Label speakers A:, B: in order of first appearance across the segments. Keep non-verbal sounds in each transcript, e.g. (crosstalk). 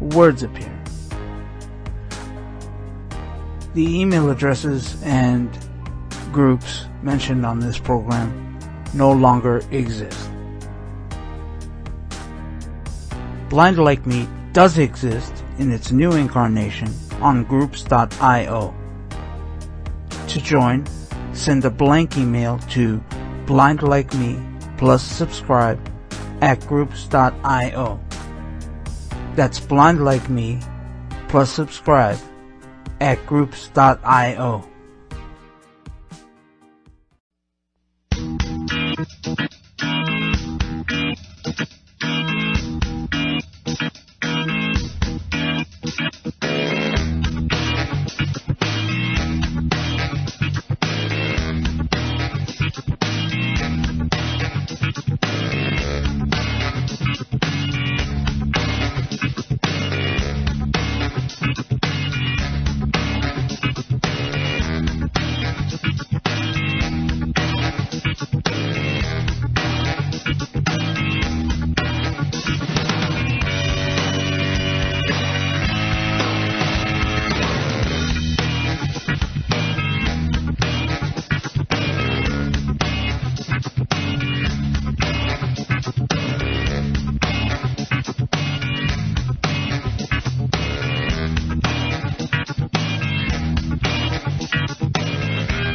A: words appear. The email addresses and groups mentioned on this program no longer exist. Blind Like Me does exist in its new incarnation on groups.io. To join, send a blank email to blindlikeme plus subscribe at groups.io. That's blindlikeme plus subscribe at groups.io.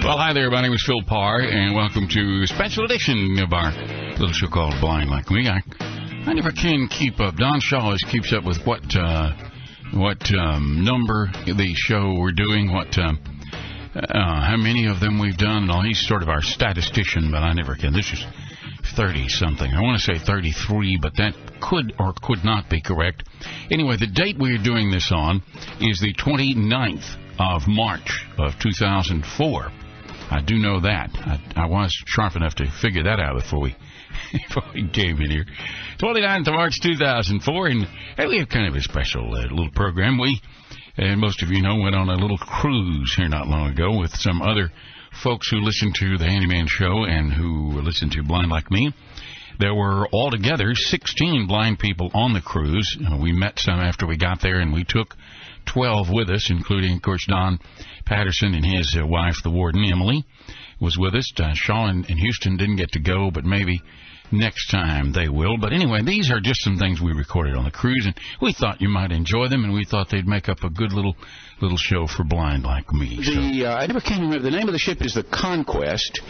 B: Well, hi there. My name is Phil Parr, and welcome to a special edition of our little show called Blind Like Me. I, I never can keep up. Don Shaw always keeps up with what uh, what um, number the show we're doing, what um, uh, how many of them we've done. and all. he's sort of our statistician, but I never can. This is 30 something. I want to say 33, but that could or could not be correct. Anyway, the date we are doing this on is the 29th of March of 2004. I do know that. I, I was sharp enough to figure that out before we (laughs) before we came in here. 29th of March 2004, and hey, we have kind of a special uh, little program. We, and most of you know, went on a little cruise here not long ago with some other folks who listen to the Handyman Show and who listen to Blind Like Me. There were altogether 16 blind people on the cruise. Uh, We met some after we got there, and we took 12 with us, including, of course, Don Patterson and his uh, wife, the warden, Emily, was with us. Uh, Shaw and, and Houston didn't get to go, but maybe next time they will. But anyway, these are just some things we recorded on the cruise, and we thought you might enjoy them, and we thought they'd make up a good little little show for blind like me. So-
C: The uh, I never can remember the name of the ship is the Conquest,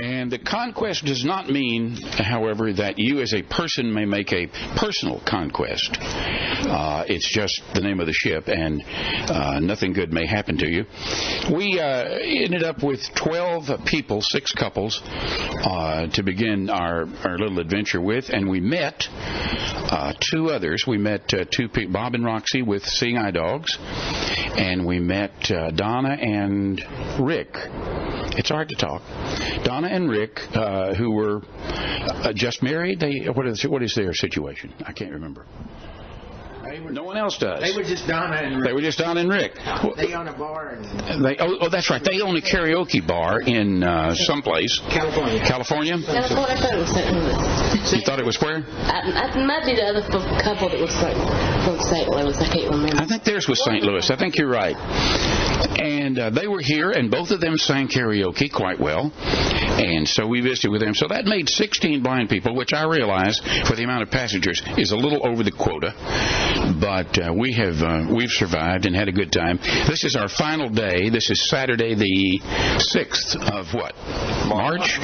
C: and the Conquest does not mean, however, that you as a person may make a personal conquest. Uh, it's just the name of the ship, and uh, nothing good may happen to you. We uh, ended up with 12 people, six couples, uh, to begin our our little adventure with, and we met uh, two others. We met uh, two people, Bob and Roxy with Seeing Eye Dogs, and we met uh, Donna and Rick. It's hard to talk. Donna and Rick, uh, who were uh, just married, they what is what is their situation? I can't remember. no one else does.
D: They were just Donna and
C: They were just Donna and Rick.
D: They own a bar and
C: They, oh, oh, that's right. They own a karaoke bar in uh, someplace.
D: California.
C: California.
E: That's what I thought it was. St. Louis.
C: You thought it was where?
E: I, I might be the other f- couple that was from, from St. Louis. I can't remember.
C: I think theirs was St. Louis. I think you're right. And uh, they were here, and both of them sang karaoke quite well. And so we visited with them. So that made 16 blind people, which I realize, for the amount of passengers, is a little over the quota. But uh, we have uh, we've survived and had a good time. This is our final day. This is Saturday, the 6th of what? March,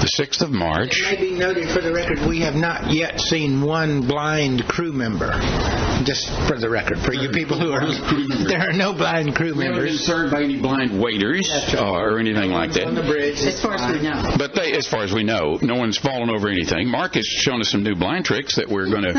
C: the 6th of March.
D: It may be noted for the record, we have not yet seen one blind crew member. Just for the record, for you people who are, (laughs) there are no blind crew
C: We haven't been
D: members
C: served by any blind waiters or anything like that.
D: on the bridge.
E: As far as we know.
C: But they, as far as we know, no one's fallen over anything. Mark has shown us some new blind tricks that we're going to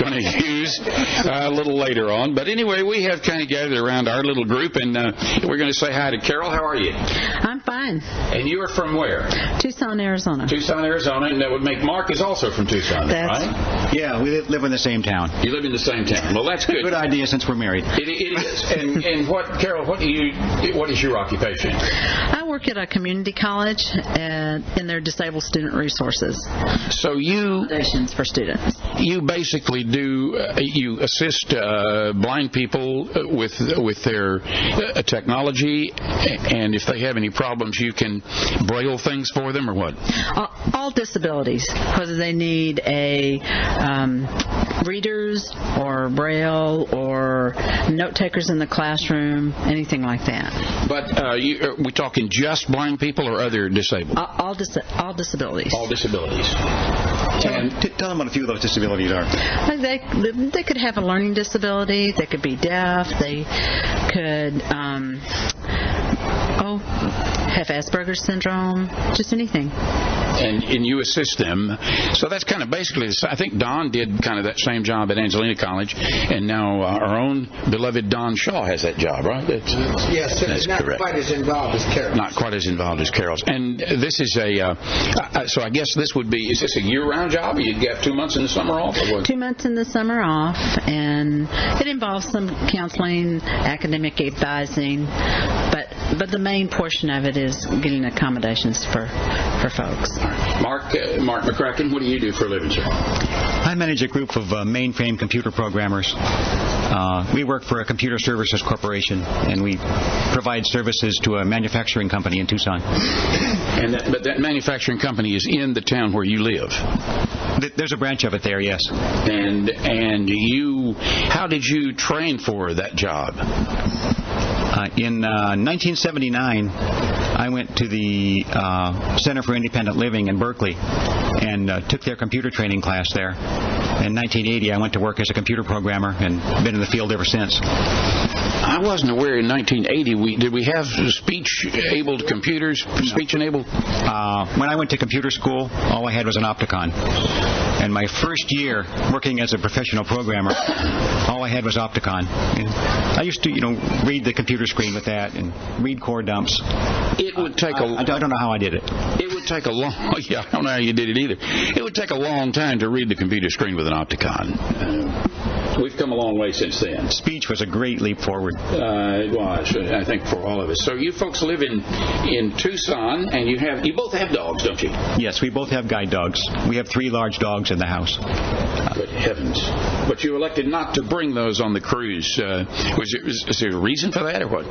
C: going to use uh, a little later on. But anyway, we have kind of gathered around our little group, and uh, we're going to say hi to Carol. How are you?
F: I'm fine.
C: And you are from where?
F: Tucson, Arizona.
C: Tucson, Arizona, and that would make Mark is also from Tucson,
F: That's-
C: right?
G: Yeah, we li- live in the same town.
C: You live in the same town. Well, that's good.
G: Good idea since we're married.
C: It, it is. And, and what, Carol? What do you? What is your occupation?
F: I work at a community college uh, and in their disabled student resources
C: So you
F: accommodations for students.
C: you basically do uh, you assist uh, blind people uh, with with their uh, technology, and if they have any problems, you can braille things for them or what?
F: All- Uh, all disabilities, whether they need a um, readers or braille or note takers in the classroom, anything like that.
C: But uh, you, are we talking just blind people or other disabled?
F: Uh, All, all, dis- all disabilities.
C: disabilities.
G: And t- tell them what a few of those disabilities are.
F: Like They, they could have a learning disability. They could be deaf. They could, um, oh, have Asperger's syndrome. Just anything.
C: and, and you assist them. So that's kind of basically, the s- I think Don did kind of that same job at Angelina College, and now uh, our own beloved Don Shaw has that job, right? That's,
D: Yes,
C: that's
D: it's not
C: correct.
D: quite as involved as Carol.
C: Not quite as involved as Carol's. And uh, this is a, uh, uh, so I guess this would be, is this a year round job? Or you'd have two months in the summer off? Or what?
F: Two months in the summer off, and it involves some counseling, academic advising, but but the main portion of it is getting accommodations for for folks.
C: Mark, uh, Mark McCracken, what do you do for a living, sir?
G: I manage a group of uh, mainframe computer programmers. Uh, we work for a computer services corporation, and we provide services to a manufacturing company in Tucson.
C: And that, but that manufacturing company is in the town where you live.
G: Th- There's a branch of it there, yes.
C: And, and you, how did you train for that job?
G: Uh, in uh, 1979, I went to the uh, Center for Independent Living in Berkeley and uh, took their computer training class there. In 1980, I went to work as a computer programmer and been in the field ever since.
C: I wasn't aware in 1980 we did we have speech-enabled computers, speech-enabled.
G: Uh, when I went to computer school, all I had was an Opticon. And my first year working as a professional programmer, all I had was Opticon. And I used to, you know, read the computer screen with that and read core dumps.
C: It would take
G: I, I
C: a
G: don't know how I did it.
C: it would take a long (laughs) yeah I don't know how you did it either. It would take a long time to read the computer screen with an Opticon. We've come a long way since then.
G: Speech was a great leap forward.
C: Uh, it was, I think, for all of us. So you folks live in in Tucson, and you have you both have dogs, don't you?
G: Yes, we both have guide dogs. We have three large dogs in the house.
C: Good heavens! But you elected not to bring those on the cruise. Uh, was, there, was, was there a reason for that, or what?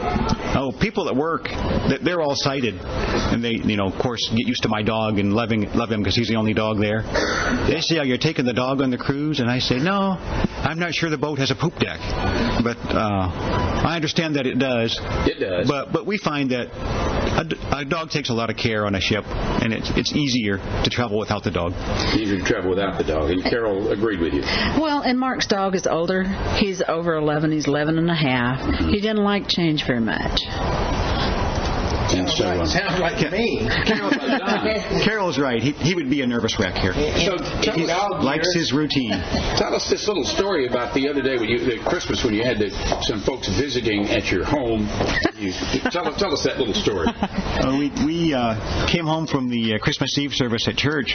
G: Oh, people at work, th- they're all sighted, and they, you know, of course, get used to my dog and loving love him because he's the only dog there. They say, "Oh, you're taking the dog on the cruise," and I say, "No, I'm not sure the boat has a poop deck, but uh, I understand that it does."
C: It does.
G: But but we find that a, d- a dog takes a lot of care on a ship, and it's it's easier to travel without the dog.
C: Easier to travel without the dog, and Carol agreed with you.
F: Well, and Mark's dog is older. He's over 11. He's 11 and a half. He didn't like change very much.
C: And so, uh,
D: Sounds like me.
G: Carol's right. He he would be a nervous wreck here.
C: so
G: He
C: tell,
G: likes his routine.
C: tell us this little story about the other day, when you, the Christmas, when you had the, some folks visiting at your home. You, tell, tell us that little story.
G: Uh, we we uh, came home from the uh, Christmas Eve service at church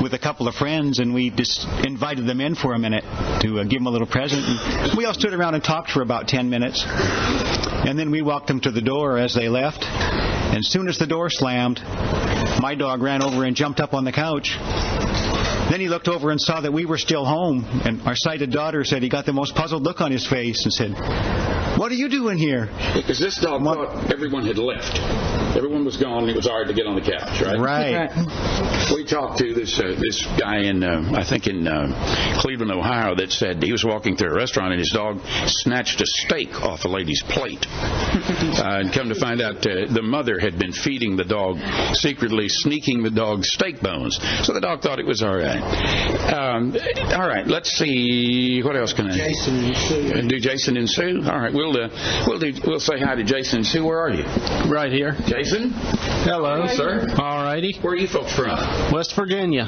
G: with a couple of friends, and we just invited them in for a minute to uh, give them a little present. And we all stood around and talked for about 10 minutes, and then we walked them to the door as they left. And soon as the door slammed, my dog ran over and jumped up on the couch. Then he looked over and saw that we were still home, and our sighted daughter said he got the most puzzled look on his face and said, "What are you doing here?"
C: Because this dog thought everyone had left. Everyone was gone. It was hard to get on the couch, right?
G: Right.
C: We talked to this uh, this guy in uh, I think in uh, Cleveland, Ohio, that said he was walking through a restaurant and his dog snatched a steak off a lady's plate. uh, and come to find out, uh, the mother had been feeding the dog secretly, sneaking the dog steak bones. So the dog thought it was all right. Um, all right, let's see what else can I Uh,
D: Jason and Sue.
C: do? Jason and Sue. All right, we'll uh, we'll do, we'll say hi to Jason and Sue. Where are you,
H: Right here.
C: Jason?
H: Hello,
C: sir.
H: All righty.
C: Where are you folks from?
H: West Virginia.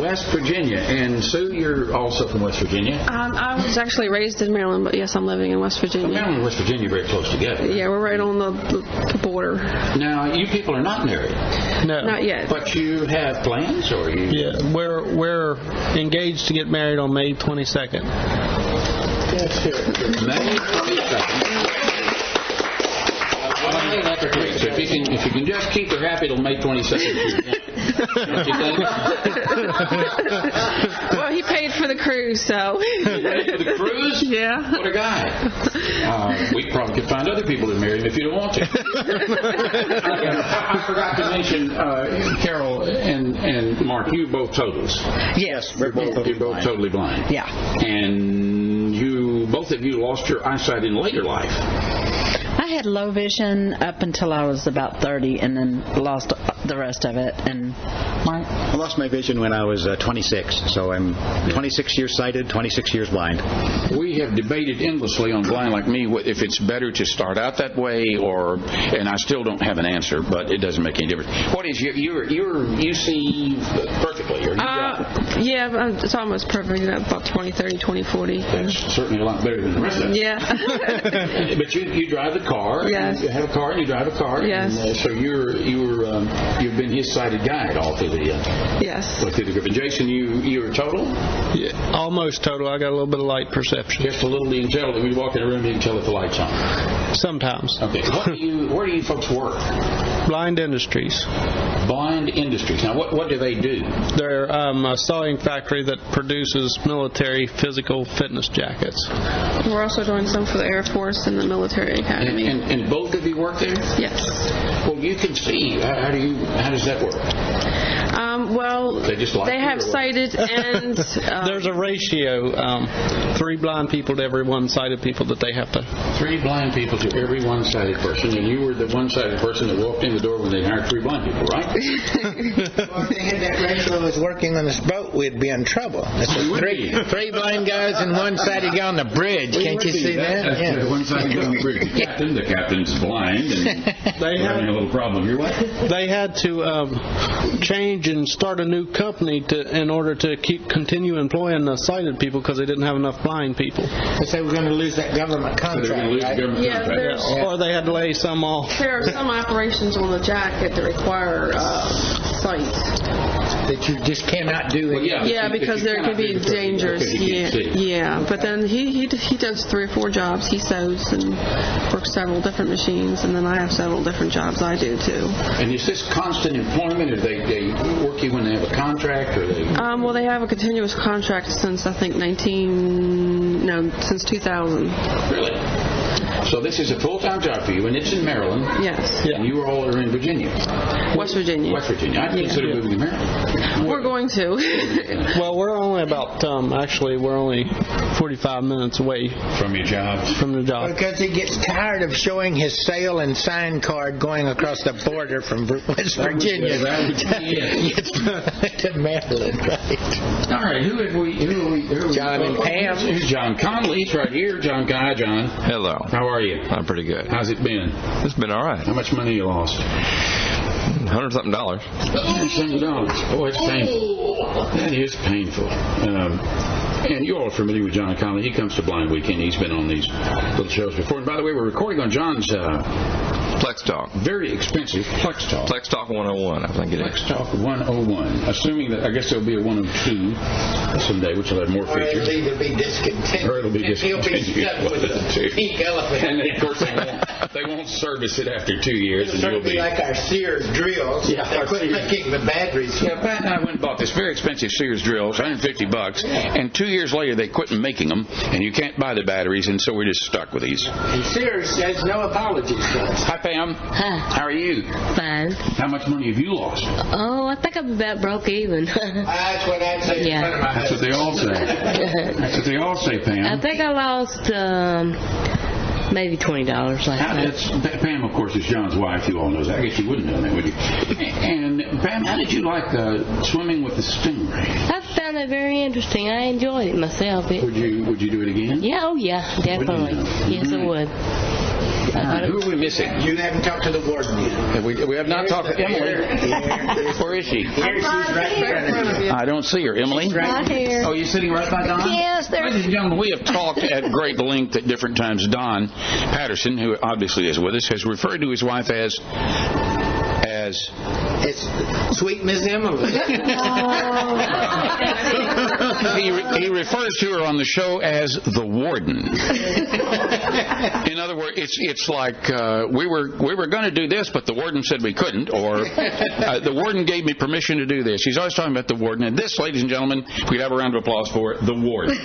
C: West Virginia. And Sue, you're also from West Virginia.
I: Um, I was actually raised in Maryland, but yes, I'm living in West Virginia.
C: Maryland and West Virginia are very close together.
I: Yeah, we're right on the, the, the border.
C: Now, you people are not married,
H: No.
I: Not
C: (laughs)
I: yet.
C: but you have plans, or you?
H: Yeah, we're we're engaged to get married on May 22nd.
C: May 22nd. If you can, if you can just keep her happy till May 22nd.
I: well, he paid for the cruise,
C: (laughs)
I: so.
C: the cruise?
I: (laughs) Yeah.
C: What a guy. Uh, we probably could find other people to marry him if you don't want to. I forgot to mention, uh, Carol and, and Mark, you both totals.
F: Yes.
C: You're both, you're both totally blind.
F: Yeah.
C: And you, both of you lost your eyesight in later life.
F: I had low vision up until I was about 30 and then lost the rest of it. And Mark?
G: I lost my vision when I was uh, 26, so I'm 26 years sighted, 26 years blind.
J: We have debated endlessly on blind like me what- if it's better to start out that way or, and I still don't have an answer, but it doesn't make any difference. What is your, your, your you see perfectly, or you got it.
I: Uh, yeah, but it's almost perfect. About 20, 30, 20, 40.
C: That's certainly a lot better than the rest of us.
I: Yeah. (laughs)
C: But you, you drive the car.
I: Yes.
C: You have a car and you drive a car.
I: Yes.
C: And, uh, so you're you're um, you've been his sighted guide all through the uh,
I: yes.
C: all through the group. And Jason, you you're total.
H: Yeah, almost total. I got a little bit of light perception
C: Just a little. You can tell that we walk in a room. You can tell if the lights on.
H: sometimes.
C: Okay. What do you where do you folks work?
H: Blind Industries.
C: Blind Industries. Now what what do they do?
H: They're um, a sewing factory that produces military physical fitness jackets.
I: We're also doing some for the Air Force and the military
C: And,
I: academy.
C: and, and both of you work there.
I: Yes.
C: Well, you can see. How, how do you? How does that work?
I: Um, well,
C: They just like
I: they
C: you or
I: have
C: what? (laughs)
I: sighted and.
H: (laughs)
I: Um,
H: There's a ratio, um, three blind people to every one-sighted people that they have to.
C: Three blind people to every one-sighted person, and you were the one-sighted person that walked in the door when they hired three blind people, right?
D: Well, if they had that ratio as working on this boat, we'd be in trouble. It's a three, three blind guys and one sided guy on the bridge. Can't you see that?
C: That's the
D: Yeah.
C: One side of the bridge, the captain, the captain's blind, and
H: They
C: we're having a
H: had,
C: little problem here. What?
H: they had to um, change and start a new company to, in order to keep continue employing the sighted people because they didn't have enough blind people.
D: They say we're going to lose that government
C: So they're going to lose the
D: contract. right?
C: government
I: Yeah,
C: contract.
I: there's.
H: Or they had to lay some off.
I: There are some operations on the jacket that require uh, sight.
D: That you just cannot do
C: Well,
D: it.
C: yeah,
I: Yeah,
C: if you-
I: because
C: if you
I: there
C: cannot
I: could be
C: do the perfect
I: dangers.
C: work, if you
I: Yeah,
C: can't see.
I: yeah. But then he he d- he does three or four jobs. He sews and works several different machines, and then I have several different jobs I do too.
C: And is this constant employment, or they, they work you when they have a contract, or they...
I: Um, well, they have a continuous contract since I think 19 no since 2000.
C: Really? So this is a full-time job for you, and it's in Maryland,
I: Yes,
C: and you all are in Virginia,
I: West Virginia.
C: West Virginia. I'd consider moving to Maryland.
I: We're going to.
H: Well, we're only about, um, actually, we're only 45 minutes away
C: From your job.
H: from the job.
D: Because he gets tired of showing his sale and sign card going across the border from Vir- West Virginia
C: that was-
D: (laughs)
C: yeah.
D: to Maryland, right?
C: All right, who have we? Who have we? Who have we-
D: John and Pam.
C: Here's John Conley. He's right here. John Guy. John,
K: Hello.
C: how are you?
K: I'm pretty good.
C: How's it been?
K: It's been all right.
C: How much money you lost?
K: Hundred something dollars.
C: Hundred dollars. Boy, it's painful. That is painful. Um, and you're all familiar with John Conley. He comes to Blind Weekend. He's been on these little shows before. And by the way, we're recording on John's uh,
K: Plex Talk.
C: very expensive Plex Talk.
K: Plex Talk 101, I think it is.
C: Plex Talk 101. Assuming that I guess there'll be a 102 someday, which will have more
D: Or it'll
C: features.
D: either be discontinued.
C: Or it'll be
D: and He'll be
C: discontinued.
D: stuck with a pink elephant.
C: And then, of course, they won't, they won't service it after two years, and
D: Sort
C: you'll
D: of be
C: be.
D: like our Sears drills.
C: Yeah,
D: They
C: our
D: quit
C: Sears.
D: making the batteries.
C: Yeah, uh, Pat and I went and bought this very expensive Sears drill, it's 150 bucks, and two years later they quit making them, and you can't buy the batteries, and so we're just stuck with these.
D: And Sears says no apologies to us.
C: Hi, Pam.
E: Hi.
C: How are you?
E: Fine.
C: How much money have you lost?
E: Oh, I think I'm about broke even. I
D: That's what I'd say in
E: Yeah.
D: front of my
C: That's
D: husband.
C: what they all say. That's what they all say, Pam.
E: think I lost um, maybe twenty dollars
C: How-
E: last night.
C: That's, Pam, of course, is John's wife. You all know that. I guess you wouldn't know that, would you? And Pam, how did you like uh, swimming with the stingray?
E: I found it very interesting. I enjoyed it myself. It,
C: Would you Would you do it again?
E: yeah, oh yeah, definitely. Yes, I would.
C: All right, Who are we missing?
D: You haven't talked to the warden yet.
C: Have we, we have not talked to Emily. Where is she?
D: Here she's right in front of you.
C: I don't see her. Emily?
L: here.
C: Oh, you're sitting right by Don?
L: Yes, there-
C: Ladies and gentlemen, we have talked at great length at different times. Don Patterson, who obviously is with us, has referred to his wife as. as.
B: (laughs)
D: It's sweet Miss Emily.
J: he, re- he refers to her on the show as the warden. In other words, it's it's like uh, we were we were going to do this, but the warden said we couldn't, or uh, the warden gave me permission to do this. He's always talking about the warden, and this, ladies and gentlemen, if we'd have a round of applause for the warden.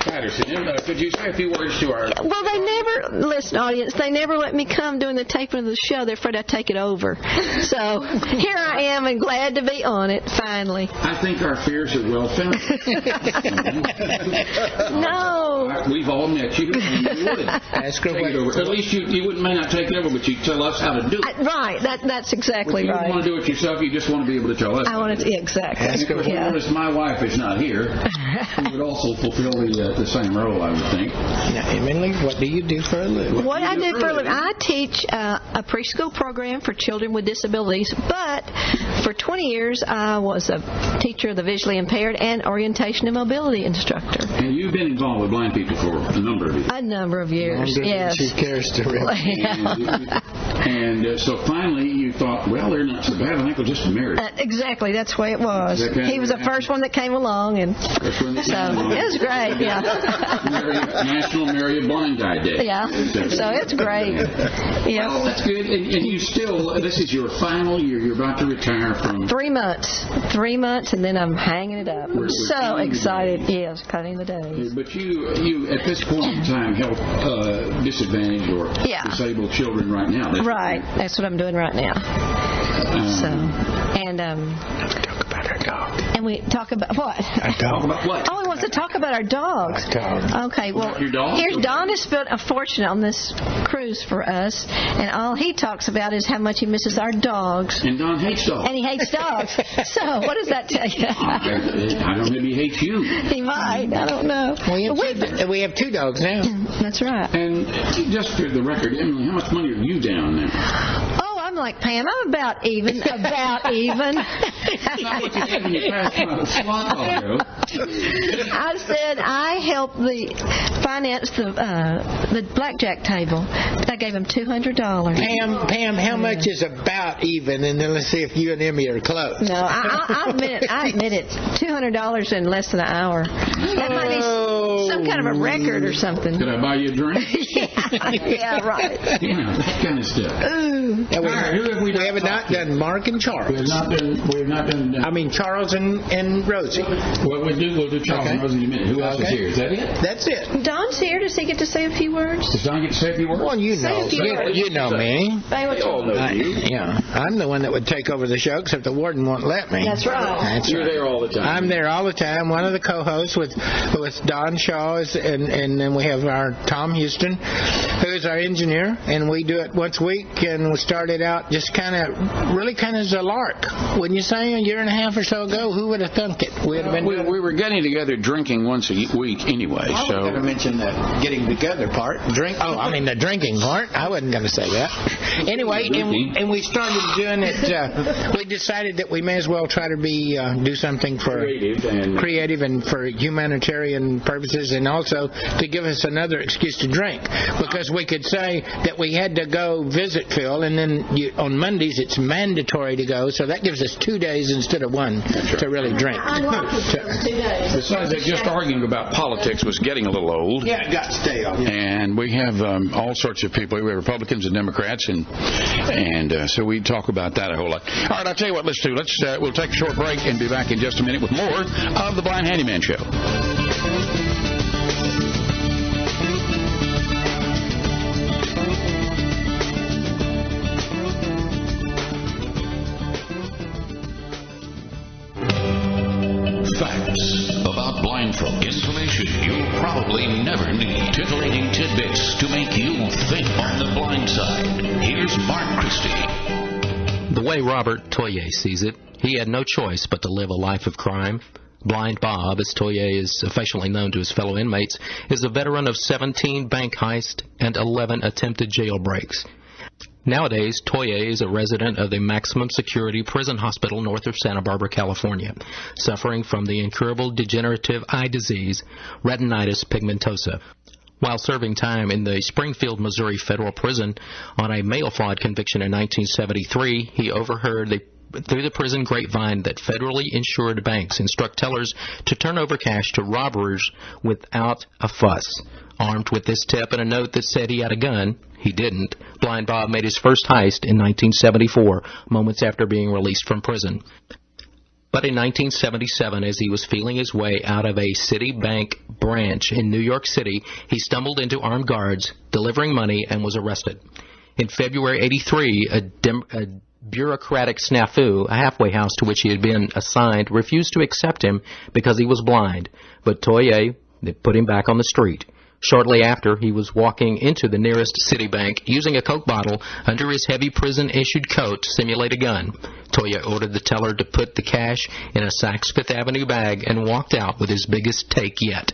C: Patterson, uh, could you say a few words to our
L: Well, they never listen, audience. They never let me come during the taping of the show. They're afraid I take it over. So here I am, and glad to be on it
C: (laughs)
L: finally.
C: I think our fears are well founded.
L: no.
C: We've all met you, and you wouldn't Ask her take it over. At least you, you wouldn't may not take it over, but you tell us how to do it.
L: I- right. That that's exactly
C: you don't
L: right.
C: want to do it yourself. You just want to be able to tell us.
L: I want to exactly.
C: And of course, you
L: Yeah.
C: notice my wife is not here.
L: (laughs)
C: She would also fulfill the, uh, the same role, I would think.
D: Now, Emily, what do you do for a living?
L: What I do for a living, I teach uh, a preschool program for children with disabilities, but for 20 years I was a teacher of the visually impaired and orientation and mobility instructor.
C: And you've been involved with blind people for a number of years.
L: A number of years,
C: Longer than
L: yes.
C: she
D: cares to
C: And uh, so finally, you thought, well, they're not so bad. I think we'll just marry.
L: Uh, exactly, that's the way it was.
C: That kind
L: He
C: of
L: was the
C: reaction.
L: first one that came along, and Uh, so
C: That's when they came along.
L: it was great.
C: (laughs)
L: Yeah,
C: Marry- National Marry a Blind Guy Day.
L: yeah. So it's great.
C: Well,
L: Yeah,
C: Oh, that's good. And, and you still, this is your final year. You're about to retire from.
L: three months, three months, and then I'm hanging it up.
C: We're- we're
L: I'm so
C: cutting the
L: excited. Yes, cutting the days.
C: But you, you at this point in time help uh, disadvantaged or
L: Yeah.
C: disabled children right now. That's- Um,
L: Right. That's what I'm doing right now. So, and um. And we talk about what?
C: Our dog. About what?
L: Oh, he wants to talk about our dogs. Okay, well,
C: Your dog?
L: here's Don has spent a fortune on this cruise for us, and all he talks about is how much he misses our dogs.
C: And Don hates dogs.
L: And he hates dogs. so, what does that tell you?
C: I don't know. Maybe he hates you.
L: he might. I don't know.
D: We have, two, we have two dogs now.
L: That's right.
C: And just for the record, Emily, how much money are you down now?
L: Oh, I'm like Pam. I'm about even. About even. (laughs) I said I helped the finance the uh, the blackjack table. I gave him two hundred dollars.
D: Pam, Pam, how much is about even? And then let's see if you and Emmy are close.
L: No, I, I, I admit it. I admit it. Two hundred dollars in less than an hour. That might be s- some kind of a record or something.
C: Could I buy you a drink?
D: (laughs)
L: yeah, yeah, right.
C: yeah, that kind of stuff.
L: Ooh.
D: Now, we,
C: All right, who have we
D: we have not done Mark and Charles.
C: We've not been. We've not been.
D: I mean Charles and, and Rosie.
C: What we'll do, we'll do Charles
D: Okay.
C: and Rosie in a minute. Who else is
D: Okay.
C: here? Is that it?
D: (laughs) That's it.
L: Don's here. Does he get to say a few words?
C: Does Don get to say a few words?
D: Well, you
L: Say
D: know,
L: a few
D: you,
L: words.
D: you know me.
L: Say what you want.
D: I, yeah, I'm the one that would take over the show, except the warden won't let me.
L: That's right.
D: That's
C: You're
D: right.
C: there all the time.
D: I'm there all the time. One of the co-hosts with with Don Shaw, is, and and then we have our Tom Houston, who is our engineer, and we do it once a week. And we started out just kind of, really kind of as a lark, wouldn't you say? A year and a half or so ago, who would have thunk it? We'd have been.
J: We, we were getting together drinking once a ye- week anyway,
D: I was going to
J: so
D: mention the getting together part. Drink. Oh, I mean the drinking part. I wasn't going to say that. Anyway, and, and we started doing it. Uh, we decided that we may as well try to be uh, do something for
C: Creative and-
D: creative and for humanitarian purposes, and also to give us another excuse to drink because we could say that we had to go visit Phil, and then you, on Mondays it's mandatory to go, so that gives us two days instead of one to really drink.
C: Besides, that just arguing about
J: politics was getting a little old.
D: Yeah, it got stale.
J: And we have um, all sorts of people. We have Republicans and Democrats, and and uh, so we talk about that a whole lot. All right, I'll tell you what. Let's do. Let's uh, we'll take a short break and be back in just a minute with more of the Blind Handyman Show.
M: Facts about blind folk. Information you'll probably never need. Titillating tidbits to make you think on the blind side. Here's Mark Christie.
N: The way Robert Toye sees it, he had no choice but to live a life of crime. Blind Bob, as Toye is affectionately known to his fellow inmates, is a veteran of 17 bank heists and 11 attempted jailbreaks. Nowadays, Toye is a resident of the maximum security prison hospital north of Santa Barbara, California, suffering from the incurable degenerative eye disease, retinitis pigmentosa. While serving time in the Springfield, Missouri federal prison on a mail fraud conviction in 1973, he overheard the through the prison grapevine that federally insured banks instruct tellers to turn over cash to robbers without a fuss. Armed with this tip and a note that said he had a gun, he didn't. Blind Bob made his first heist in 1974, moments after being released from prison. But in 1977, as he was feeling his way out of a Citibank branch in New York City, he stumbled into armed guards delivering money and was arrested. In February 83, a, dem- a bureaucratic snafu, a halfway house to which he had been assigned, refused to accept him because he was blind, but Toye they put him back on the street. Shortly after, he was walking into the nearest Citibank using a Coke bottle under his heavy prison issued coat to simulate a gun. Toya ordered the teller to put the cash in a Saks Fifth Avenue bag and walked out with his biggest take yet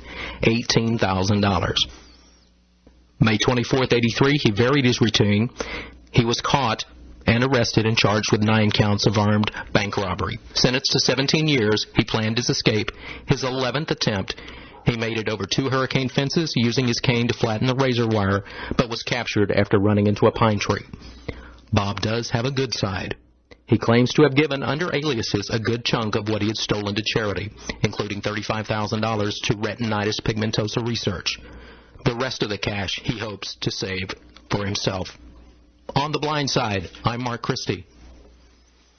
N: $18,000. May 24th, 83, he varied his routine. He was caught and arrested and charged with nine counts of armed bank robbery. Sentenced to 17 years, he planned his escape. His 11th attempt, he made it over two hurricane fences using his cane to flatten the razor wire, but was captured after running into a pine tree. Bob does have a good side. He claims to have given under aliases a good chunk of what he had stolen to charity, including $35,000 to retinitis pigmentosa research. The rest of the cash he hopes to save for himself. On the blind side, I'm Mark Christie.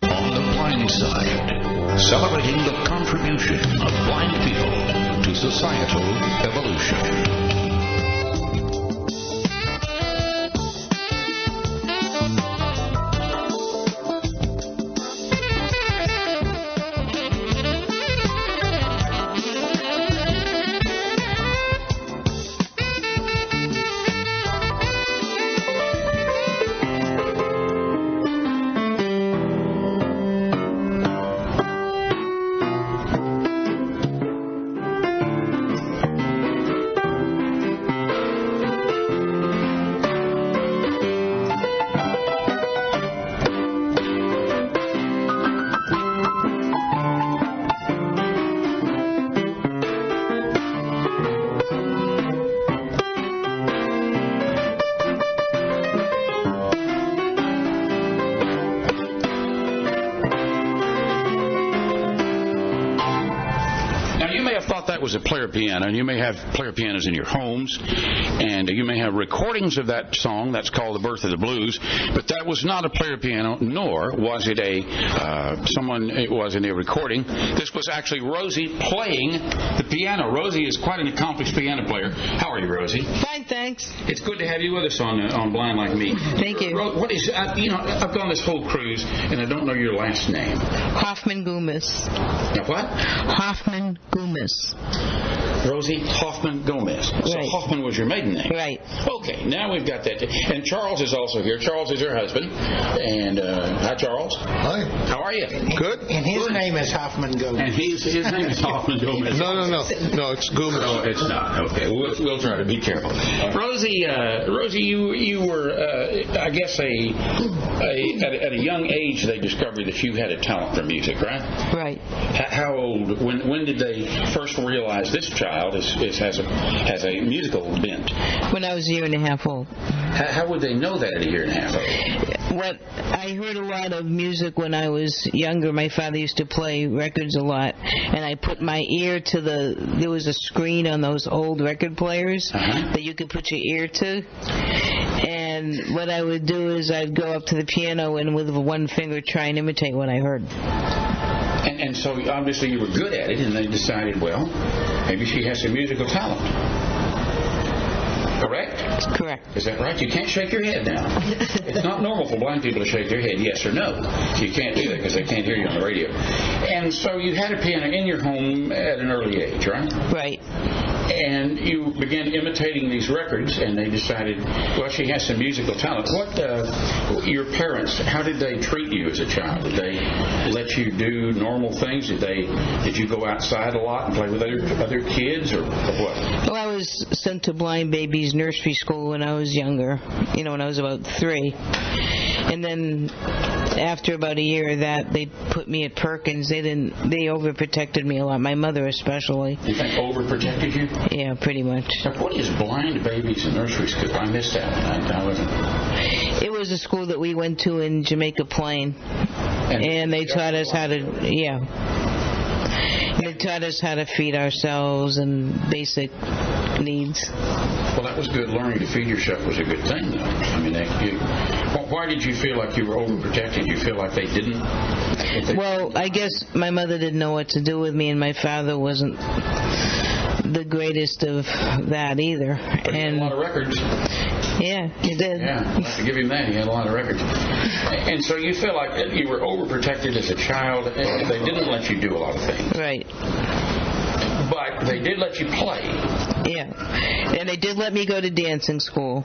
O: On the blind side, celebrating the contribution of blind people to societal evolution.
C: Now, you may have thought that was a player piano, and you may have player pianos in your homes, and you may have recordings of that song. That's called "The Birth of the Blues," but that was not a player piano, nor was it a uh, someone. It was in a recording. This was actually Rosie playing the piano. Rosie is quite an accomplished piano player. How are you, Rosie?
P: Fine, thanks.
C: It's good to have you with us on uh, on Blind Like Me.
P: Thank you.
C: Ro- What is I, you know? I've gone this whole cruise, and I don't know your last name.
Q: Hoffman Goomis.
C: Now what?
Q: Hoffman Goomis.
C: Rosie Hoffman Gomez. So Hoffman was your maiden name.
Q: Right.
C: Okay, now we've got that. And Charles is also here. Charles is your husband. And uh, hi, Charles. Hi. How are you? Good.
D: And his name is Hoffman Gomez.
C: And his, his name is
D: (laughs)
C: Hoffman Gomez.
D: No, no, no.
C: No, it's Gomez. No, it's not. Okay, we'll, we'll try to be careful. Rosie, uh, Rosie, you you were, uh, I guess, a, a at, a at a young age they discovered that you had a talent for music, right?
Q: Right.
C: H- How old? When when did they first realize this child is, is has a has a musical bent?
Q: When I was a year and a half old.
C: How, how would they know that at a year and a half? old?
Q: What I heard a lot of music when I was younger. My father used to play records a lot, and I put my ear to the. There was a screen on those old record players
C: Uh-huh.
Q: that you could put your ear to. And what I would do is I'd go up to the piano and with one finger try and imitate what I heard.
C: And, and so obviously you were good at it, and they decided, well, maybe she has some musical talent. Correct?
Q: Correct.
C: Is that right? You can't shake your head
Q: (laughs)
C: now. it's not normal for blind people to shake their head yes or no. You can't do that because they can't hear you on the radio. And so you had a piano in your home at an early age, right?
Q: Right.
C: And you began imitating these records, and they decided, well, she has some musical talent. What, uh, your parents, how did they treat you as a child? Did they let you do normal things? Did they, did you go outside a lot and play with other, other kids, or, or what?
Q: Well, I was sent to blind babies nursery school when I was younger, you know, when I was about three. And then after about a year of that, they put me at Perkins. They didn't, they overprotected me a lot, my mother especially.
C: You think overprotected you?
Q: Yeah, pretty much.
C: Now, what is blind babies in nursery school? I missed that. I, I wasn't.
Q: It was a school that we went to in Jamaica Plain. and they taught us how to yeah they taught us how to feed ourselves and basic needs
C: Well, that was good. Learning to feed yourself was a good thing, though. I mean, that, you, wh- why did you feel like you were overprotected? You feel like they didn't? If they-
Q: well i guess my mother didn't know what to do with me and my father wasn't the greatest of that either and a lot
C: of records
Q: yeah he did
C: Yeah, I have to give him that. He had a lot of records. And so you feel like that you were overprotected as a child. and They didn't let you do a lot of things.
Q: Right.
C: But they did let you play.
Q: Yeah. And they did let me go to dancing school.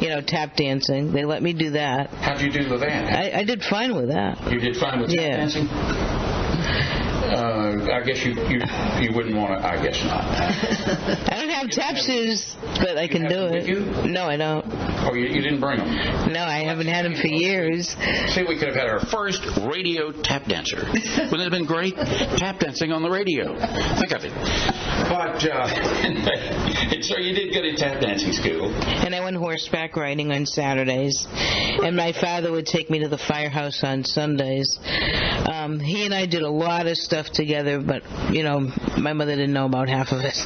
Q: You know, tap dancing. They let me do that.
C: How'd you do with that?
Q: I, I did fine with that.
C: You did fine with tap
Q: Yeah.
C: dancing? Uh, I guess you, you you wouldn't want to. I guess not.
Q: (laughs) I don't have tap shoes, but I can do it. No, I don't.
C: Oh, you, you didn't bring them.
Q: No, I haven't had them for years.
C: See, we could have had our first radio tap dancer. Wouldn't it have been great? Tap dancing on the radio. Think of it. But, uh, (laughs) and so you did go to tap dancing school.
Q: And I went horseback riding on Saturdays, and my father would take me to the firehouse on Sundays. Um, he and I did a lot of stuff together, but you know, my mother didn't know about half of it.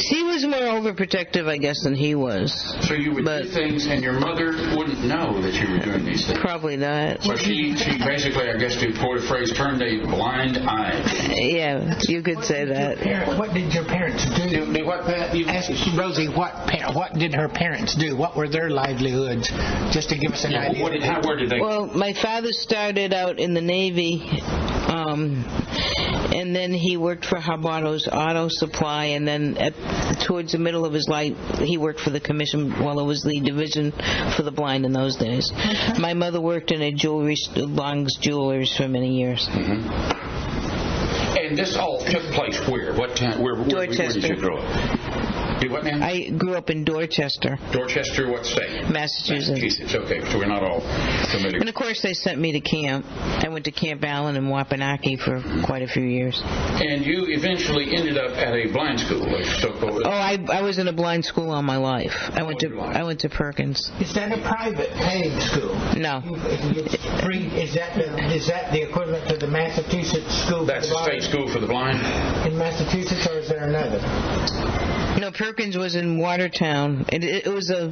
Q: she was more overprotective, I guess, than he was.
C: So you would do things, and your mother wouldn't know that you were doing these things.
Q: Probably not.
C: So she, she basically, I guess, to quote a phrase, turned a blind eye.
Q: Yeah, you could say that.
D: What did your parents do?
C: what,
D: Ask Rosie, what par- what did her parents do? What were their livelihoods? Just to give us an
C: Yeah,
D: idea.
C: what did- how- where did they-
Q: Well, my father started out in the Navy, um, and then he worked for Harbato's Auto Supply, and then at, towards the middle of his life, he worked for the commission. Well, it was the division for the blind in those days.
C: Mm-hmm.
Q: My mother worked in a jewelry, st- Long's Jewelers for many years.
C: Mm-hmm. And this all took place where? What town? Where, where, where did
Q: Dorchester.
C: you grow up? Do what now?
Q: I grew up in Dorchester.
C: Dorchester, what state?
Q: Massachusetts.
C: Massachusetts, okay, so we're not all familiar.
Q: And of course, they sent me to camp. I went to Camp Allen in Wapanaki for quite a few years.
C: And you eventually ended up at a blind school, a so-called.
Q: Oh, I, I was in a blind school all my life. I went to I went to Perkins.
D: Is that a private paid school?
Q: No.
D: It's free. Is that the, is that the equivalent to the Massachusetts school?
C: That's the state school for the blind.
D: in Massachusetts, or is there another?
Q: No, Perkins was in Watertown. It, it, it was a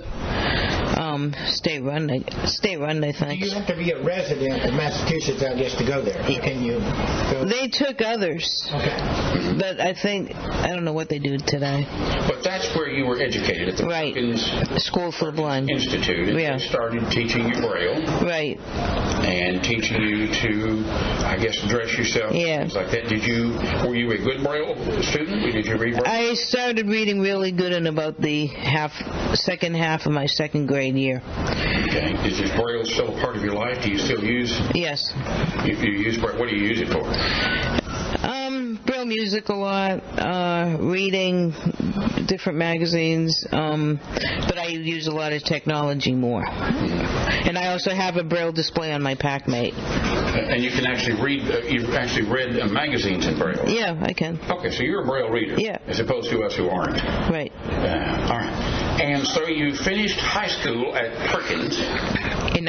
Q: um, state run, I- state run, I think.
D: You have to be a resident of Massachusetts, I guess, to go there. Can you?
Q: They took others, but I think I don't know what they do today.
C: But that's where you were educated at the
Q: Right.
C: Perkins
Q: School for the Blind
C: Institute. And They started teaching you braille
Q: Right.
C: and teaching you to, I guess, dress yourself.
Q: Yeah.
C: Things like that. Did you? Were you a good braille student? Did you read braille?
Q: I started reading really good in about the half second half of my second grade year.
C: Okay. Is is braille still a part of your life? Do you still use?
Q: Yes.
C: You, you use braille. What do you use it for?
Q: Um, braille music a lot, uh, reading different magazines, um, but I use a lot of technology more. And I also have a braille display on my packmate.
C: And you can actually read. Uh, you've actually read uh, magazines in braille.
Q: Yeah, I can.
C: Okay, so you're a braille reader.
Q: Yeah.
C: As opposed to us who aren't.
Q: Right.
C: Uh, all right. And so you finished high school at Perkins
Q: In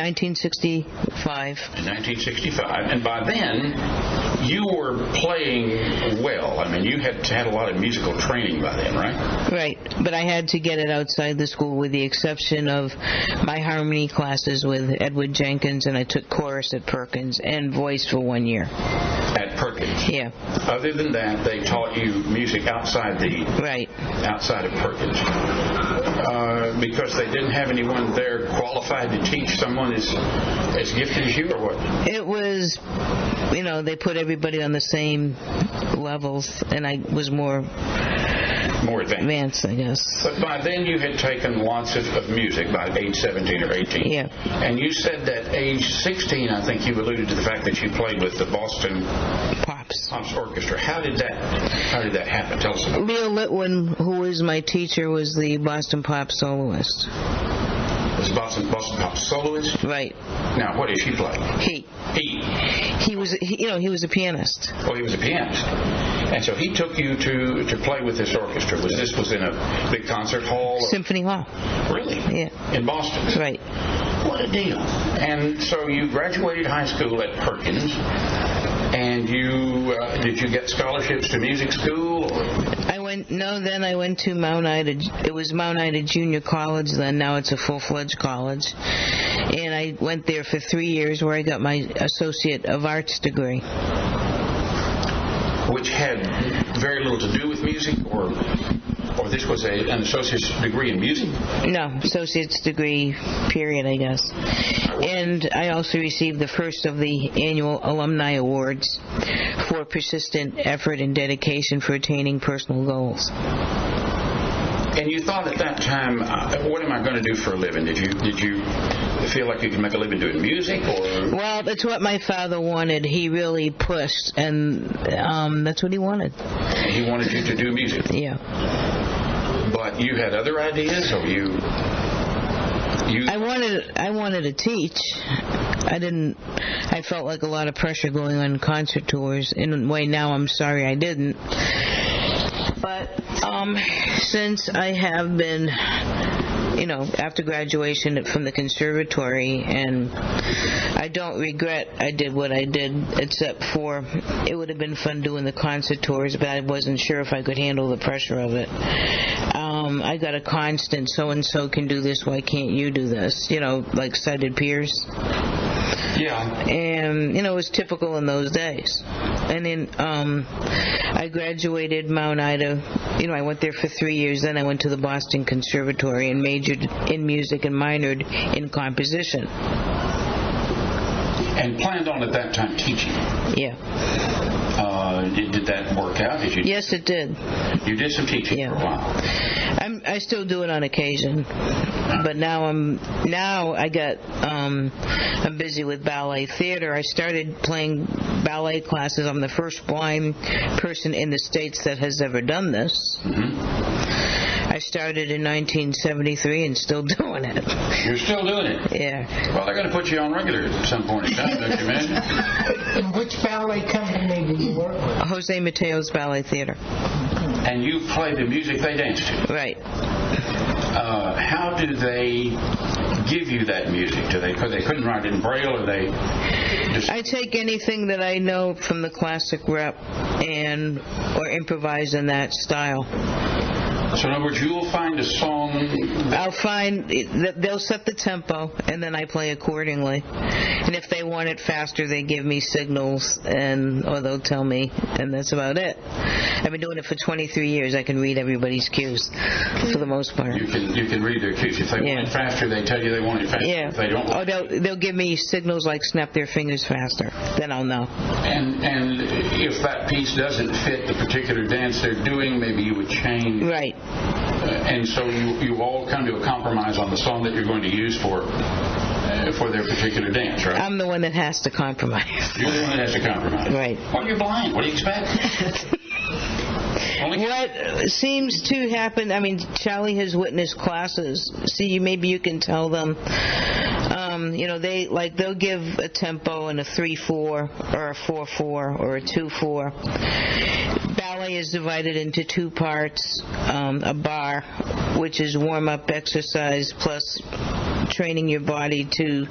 Q: 1965.
C: in 1965, and by then you were playing well. I mean, you had had a lot of musical training by then, right?
Q: Right, but I had to get it outside the school with the exception of my harmony classes with Edward Jenkins, and I took chorus at Perkins and voice for one year.
C: At Perkins.
Q: Yeah.
C: Other than that, they taught you music outside the
Q: right
C: outside of Perkins uh, because they didn't have anyone there qualified to teach someone as as gifted as you, or what?
Q: It was, you know, they put everybody on the same levels, and I was more
C: more
Q: advanced, I guess.
C: But by then you had taken lots of, of music by age 17 or 18.
Q: Yeah.
C: And you said that age 16, I think you alluded to the fact that you played with the Boston
Q: Pops,
C: Orchestra. How did that How did that happen? Tell us about it.
Q: Leo Litwin, who was my teacher, was the Boston Pop soloist.
C: Was Boston Boston Pop soloist?
Q: Right.
C: Now what did she play?
Q: He.
C: He.
Q: He was, he, you know, he was a pianist.
C: Well, he was a pianist. And so he took you to to play with this orchestra. Was this was in a big concert hall? or-
Q: Symphony Hall.
C: Really?
Q: Yeah.
C: In Boston.
Q: Right.
C: What a deal. And so you graduated high school at Perkins, and you uh, did you get scholarships to music school? Or?
Q: I went no. Then I went to Mount Ida. It was Mount Ida Junior College then. Now it's a full-fledged college, and I went there for three years, where I got my Associate of Arts degree.
C: which had very little to do with music, or or this was a, an associate's degree in music.
Q: No, associate's degree, period, I guess. And I also received the first of the annual alumni awards for persistent effort and dedication for attaining personal goals.
C: And you thought at that time, uh, what am I going to do for a living? Did you did you feel like you could make a living doing music, or
Q: Well, that's what my father wanted. He really pushed, and um, that's what he wanted.
C: he wanted you to do music?
Q: Yeah.
C: But you had other ideas, or you
Q: I wanted I wanted to teach. I didn't. I felt like a lot of pressure going on concert tours. In a way, now I'm sorry I didn't. But um, since I have been, you know, after graduation from the conservatory, and I don't regret I did what I did, except for it would have been fun doing the concert tours, but I wasn't sure if I could handle the pressure of it. Um, I got a constant so and so can do this, why can't you do this? You know, like sighted peers.
C: Yeah.
Q: And you know, it was typical in those days. And then um, I graduated Mount Ida. You know, I went there for three years. Then I went to the Boston Conservatory and majored in music and minored in composition.
C: and planned on at that time teaching?
Q: Yeah.
C: Uh, did, did that work out? Did you
Q: Yes, it did.
C: you did some teaching for a while?
Q: I'm, I still do it on occasion, but now I'm now I got um, I'm busy with ballet theater. I started playing ballet classes. I'm the first blind person in the states that has ever done this.
C: Mm-hmm.
Q: I started in 1973 and still (laughs) doing it.
C: You're still doing it.
Q: Yeah.
C: Well, they're going to put you on regular at some point in time, don't you
Q: (laughs)
C: imagine?
D: And which ballet company did you work with?
Q: Jose Mateo's Ballet Theater.
C: and you play the music they dance to.
Q: Right.
C: Uh, how do they give you that music? Do they? Because they couldn't write in braille, or they?
Q: I take anything that I know from the classic rep and or improvise in that style.
C: So in other words, you'll find a song.
Q: I'll find that they'll set the tempo, and then I play accordingly. And if they want it faster, they give me signals, and or they'll tell me, and that's about it. I've been doing it for 23 years. I can read everybody's cues, for the most part.
C: You can you can read their cues. If they want it faster, they tell you they want it faster.
Q: Yeah.
C: If they don't.
Q: Or they'll they'll give me signals like snap their fingers faster. Then I'll know.
C: And and if that piece doesn't fit the particular dance they're doing, maybe you would change. Uh,
Q: Right.
C: and so you you all come to a compromise on the song that you're going to use for uh, for their particular dance, right?
Q: I'm the one that has to compromise.
C: You're the one that has to compromise.
Q: Right.
C: Well, you're blind. What do you expect?
Q: What seems to happen, I mean, Charlie has witnessed classes. See, you- maybe you can tell them. Um, you know, they like they'll give a tempo and a three-four or a four-four or a two-four. Ballet is divided into two parts: um, a bar, which is warm-up exercise, plus training your body to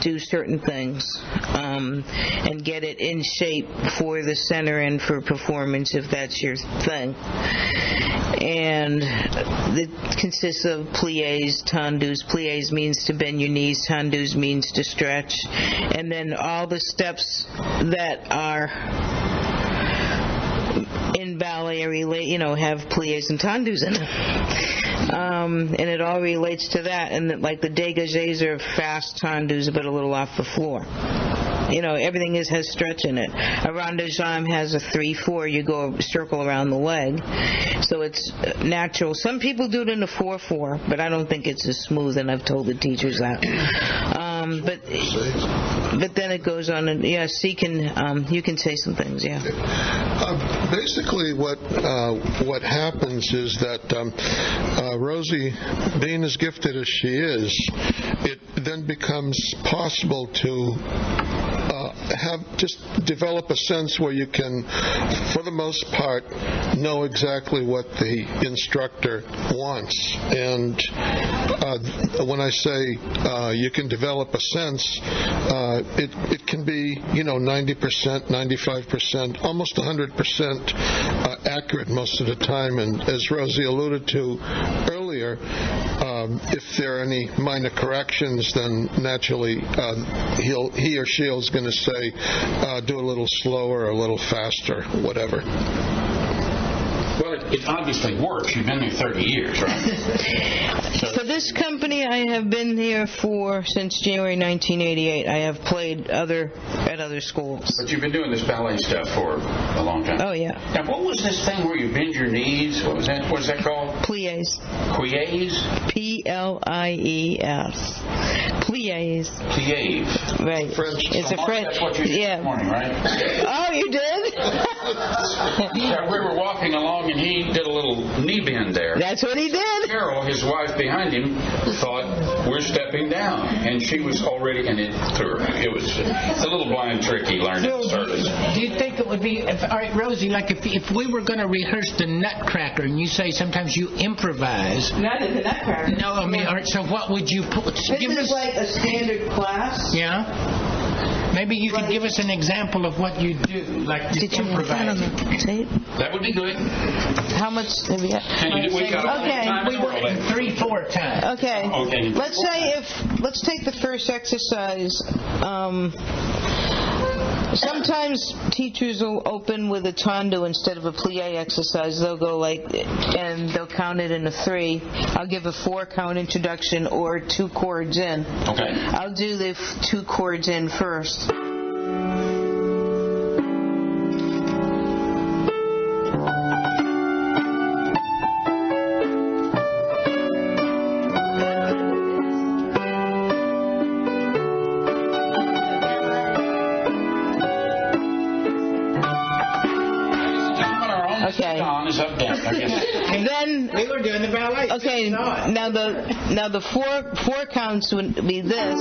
Q: do certain things um, and get it in shape for the center and for performance if that's your thing. And it consists of plies, tendus. Plies means to bend your knees, tendus means to stretch. And then all the steps that are in ballet are relate, you know, have plies and tendus in them. Um, and it all relates to that, and that, like the dégagés are fast tendus, but a little off the floor. You know, everything is has stretch in it. A rond de jambe has a three-four. You go a circle around the leg, so it's uh, natural. Some people do it in a four-four, but I don't think it's as smooth. And I've told the teachers that. Um, but but then it goes on, and yeah, see can um, you can say some things, yeah.
R: Uh, basically, what uh, what happens is that um, uh, Rosie, being as gifted as she is, it then becomes possible to uh, have just develop a sense where you can, for the most part, know exactly what the instructor wants. And uh, when I say uh, you can develop a sense, uh, it it can be you know 90 percent, 95 percent, almost 100 percent uh, accurate most of the time. And as Rosie alluded to earlier, um, if there are any minor corrections, then naturally uh, he'll he or she is going to say uh, do a little slower, a little faster, whatever.
C: Well, it, it obviously works. You've been there 30 years, right?
B: For this company, I have been here for since January 1988. I have played other (laughs) at other schools.
C: but you've been doing this ballet stuff for a long time.
B: Oh yeah,
C: Now, what was this thing where you bend your knees? What was that? What was that called?
B: plies.
C: Plies?
B: P L I E S. Plies.
C: Plies.
B: Right. French. It's a French.
C: That's what you did
B: Yeah.
C: this morning, right?
B: Oh,
D: (laughs)
B: you did?
C: Yeah, we were walking along and he did a little knee bend there.
B: That's what he did.
C: Carol, his wife behind him, thought we're stepping down, and she was already in it through. It was it's a little blind trick he learned in the service.
D: Do you think it would be, if, all right, Rosie, like if, if we were going to rehearse the Nutcracker and you say sometimes you improvise.
Q: Not at the Nutcracker.
D: No, I mean, all right, so what would you put?
Q: This
D: give us,
Q: is like a standard class.
D: Yeah? Maybe you could give us an example of what you do, like you improvise.
C: That would be good.
Q: How much have you got?
D: And you- we got all the time in
Q: Okay,
D: the world,
Q: we-
D: eh? Three, four times.
Q: Okay.
D: Okay.
Q: Let's say if, let's take the first exercise. Um, sometimes teachers will open with a tondo instead of a plie exercise. They'll go like, and they'll count it in a three. I'll give a four count introduction or two chords in.
C: Okay.
Q: I'll do the f- two chords in first.
C: Okay. Don is up down. I guess.
Q: then
D: we were doing the ballet.
Q: Okay, now the now the four four counts would be this.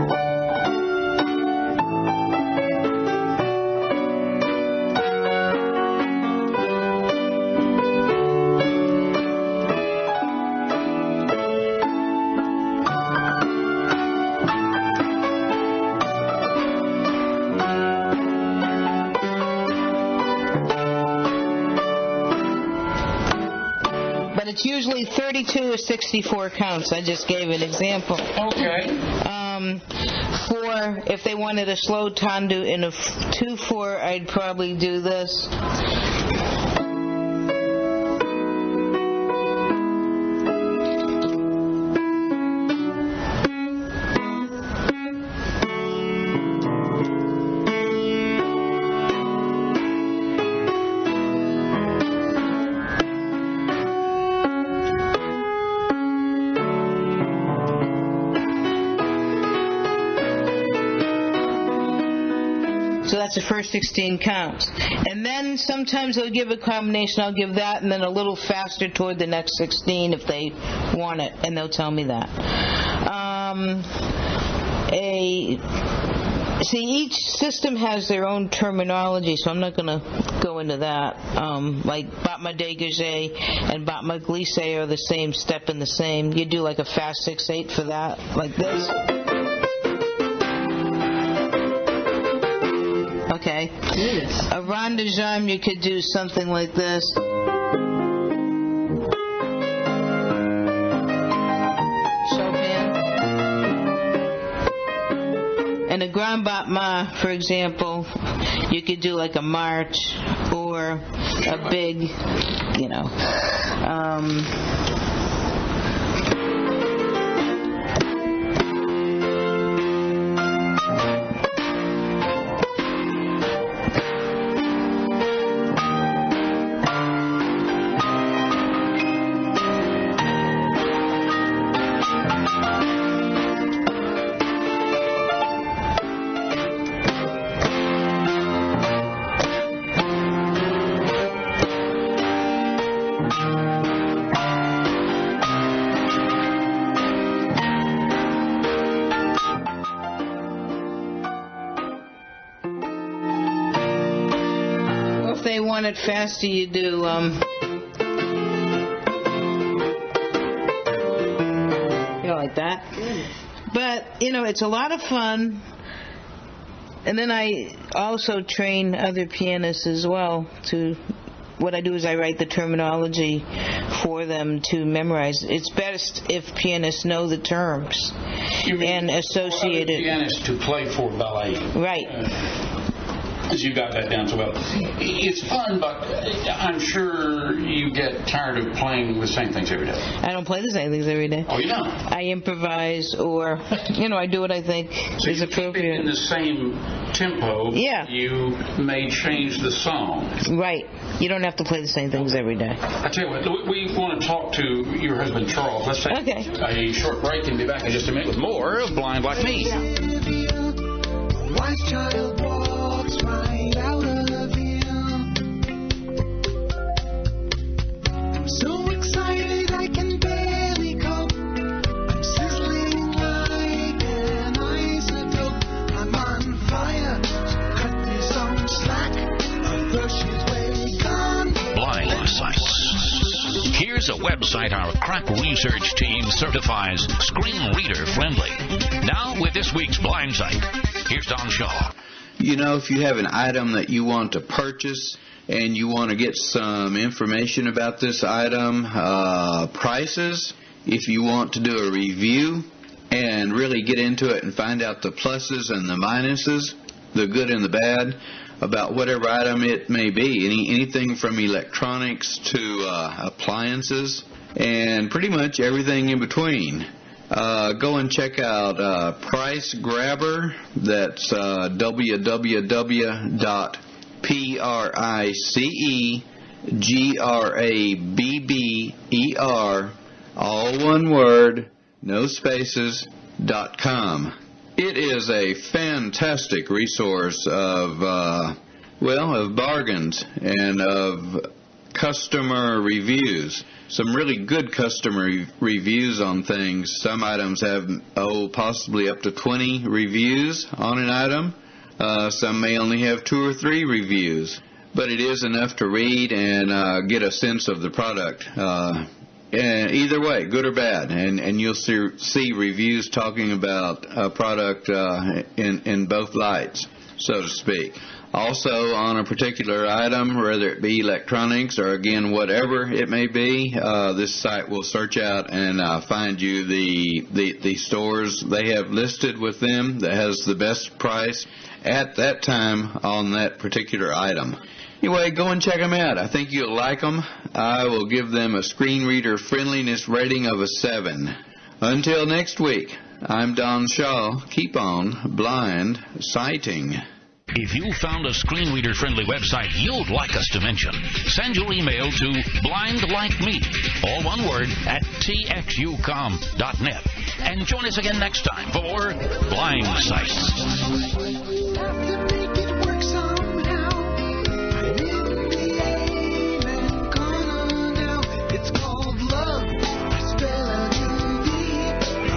Q: And but it's usually 32 or 64 counts. I just gave an example.
C: Okay.
Q: Um, four. If they wanted a slow tandu in a f- two four, I'd probably do this. So that's the first 16 counts. And then sometimes they'll give a combination, I'll give that, and then a little faster toward the next 16 if they want it, and they'll tell me that. Um, a See, each system has their own terminology, so I'm not going to go into that. Um, like Batma Degage and Batma Glisse are the same step and the same. You do like a fast 6-8 for that, like this. Okay. A rond de jambe, you could do something like this. Chopin. And a grand battement, for example, you could do like a march or a big, you know. Um, they want it faster, you do. Um, you know, like that. But you know, it's a lot of fun. And then I also train other pianists as well to. What I do is I write the terminology for them to memorize. It's best if pianists know the terms and associate it.
C: Pianist to play for ballet.
Q: Right.
C: Because you got that down so well. It's fun, but I'm sure you get tired of playing the same things every day.
Q: I don't play the same things every day.
C: Oh, you don't?
Q: I improvise, or you know, I do what I think is appropriate.
C: In the same tempo,
Q: Yeah.
C: you may change the song.
Q: Right. You don't have to play the same things every day.
C: I tell you what, we, we want to talk to your husband Charles. Let's take a short break and be back in just a minute with more of Blind Like Me.
B: Wise child walks right out of him. I'm so excited I can barely cope. I'm sizzling like an isotope. I'm on fire. So cut me some slack. My rush is way gone.
S: Blind Sites. Here's a website our crack research team certifies screen reader friendly. Now with this week's Blind Site, here's Don Shaw.
T: You know, if you have an item that you want to purchase and you want to get some information about this item, uh, prices, if you want to do a review and really get into it and find out the pluses and the minuses, the good and the bad about whatever item it may be, any anything from electronics to uh, appliances and pretty much everything in between. Uh, go and check out uh, Price Grabber. That's uh, E www.pricegrabber, E all one word, no spaces, dot com. It is a fantastic resource of, uh, well, of bargains and of customer reviews. Some really good customer re- reviews on things. Some items have, oh, possibly up to 20 reviews on an item. Uh, some may only have two or three reviews. But it is enough to read and uh, get a sense of the product. Uh, and either way, good or bad, and and you'll see see reviews talking about a product uh, in in both lights, so to speak. Also, on a particular item, whether it be electronics or again whatever it may be, uh, this site will search out and uh, find you the, the the stores they have listed with them that has the best price at that time on that particular item. Anyway, go and check them out. I think you'll like them. I will give them a screen reader friendliness rating of a 7. Until next week, I'm Don Shaw. Keep on blind sighting.
S: If you found a screen reader friendly website you'd like us to mention, send your email to blindlikeme, all one word, at txucom.net. And join us again next time for Blind Sites.
B: It's called love. I spell out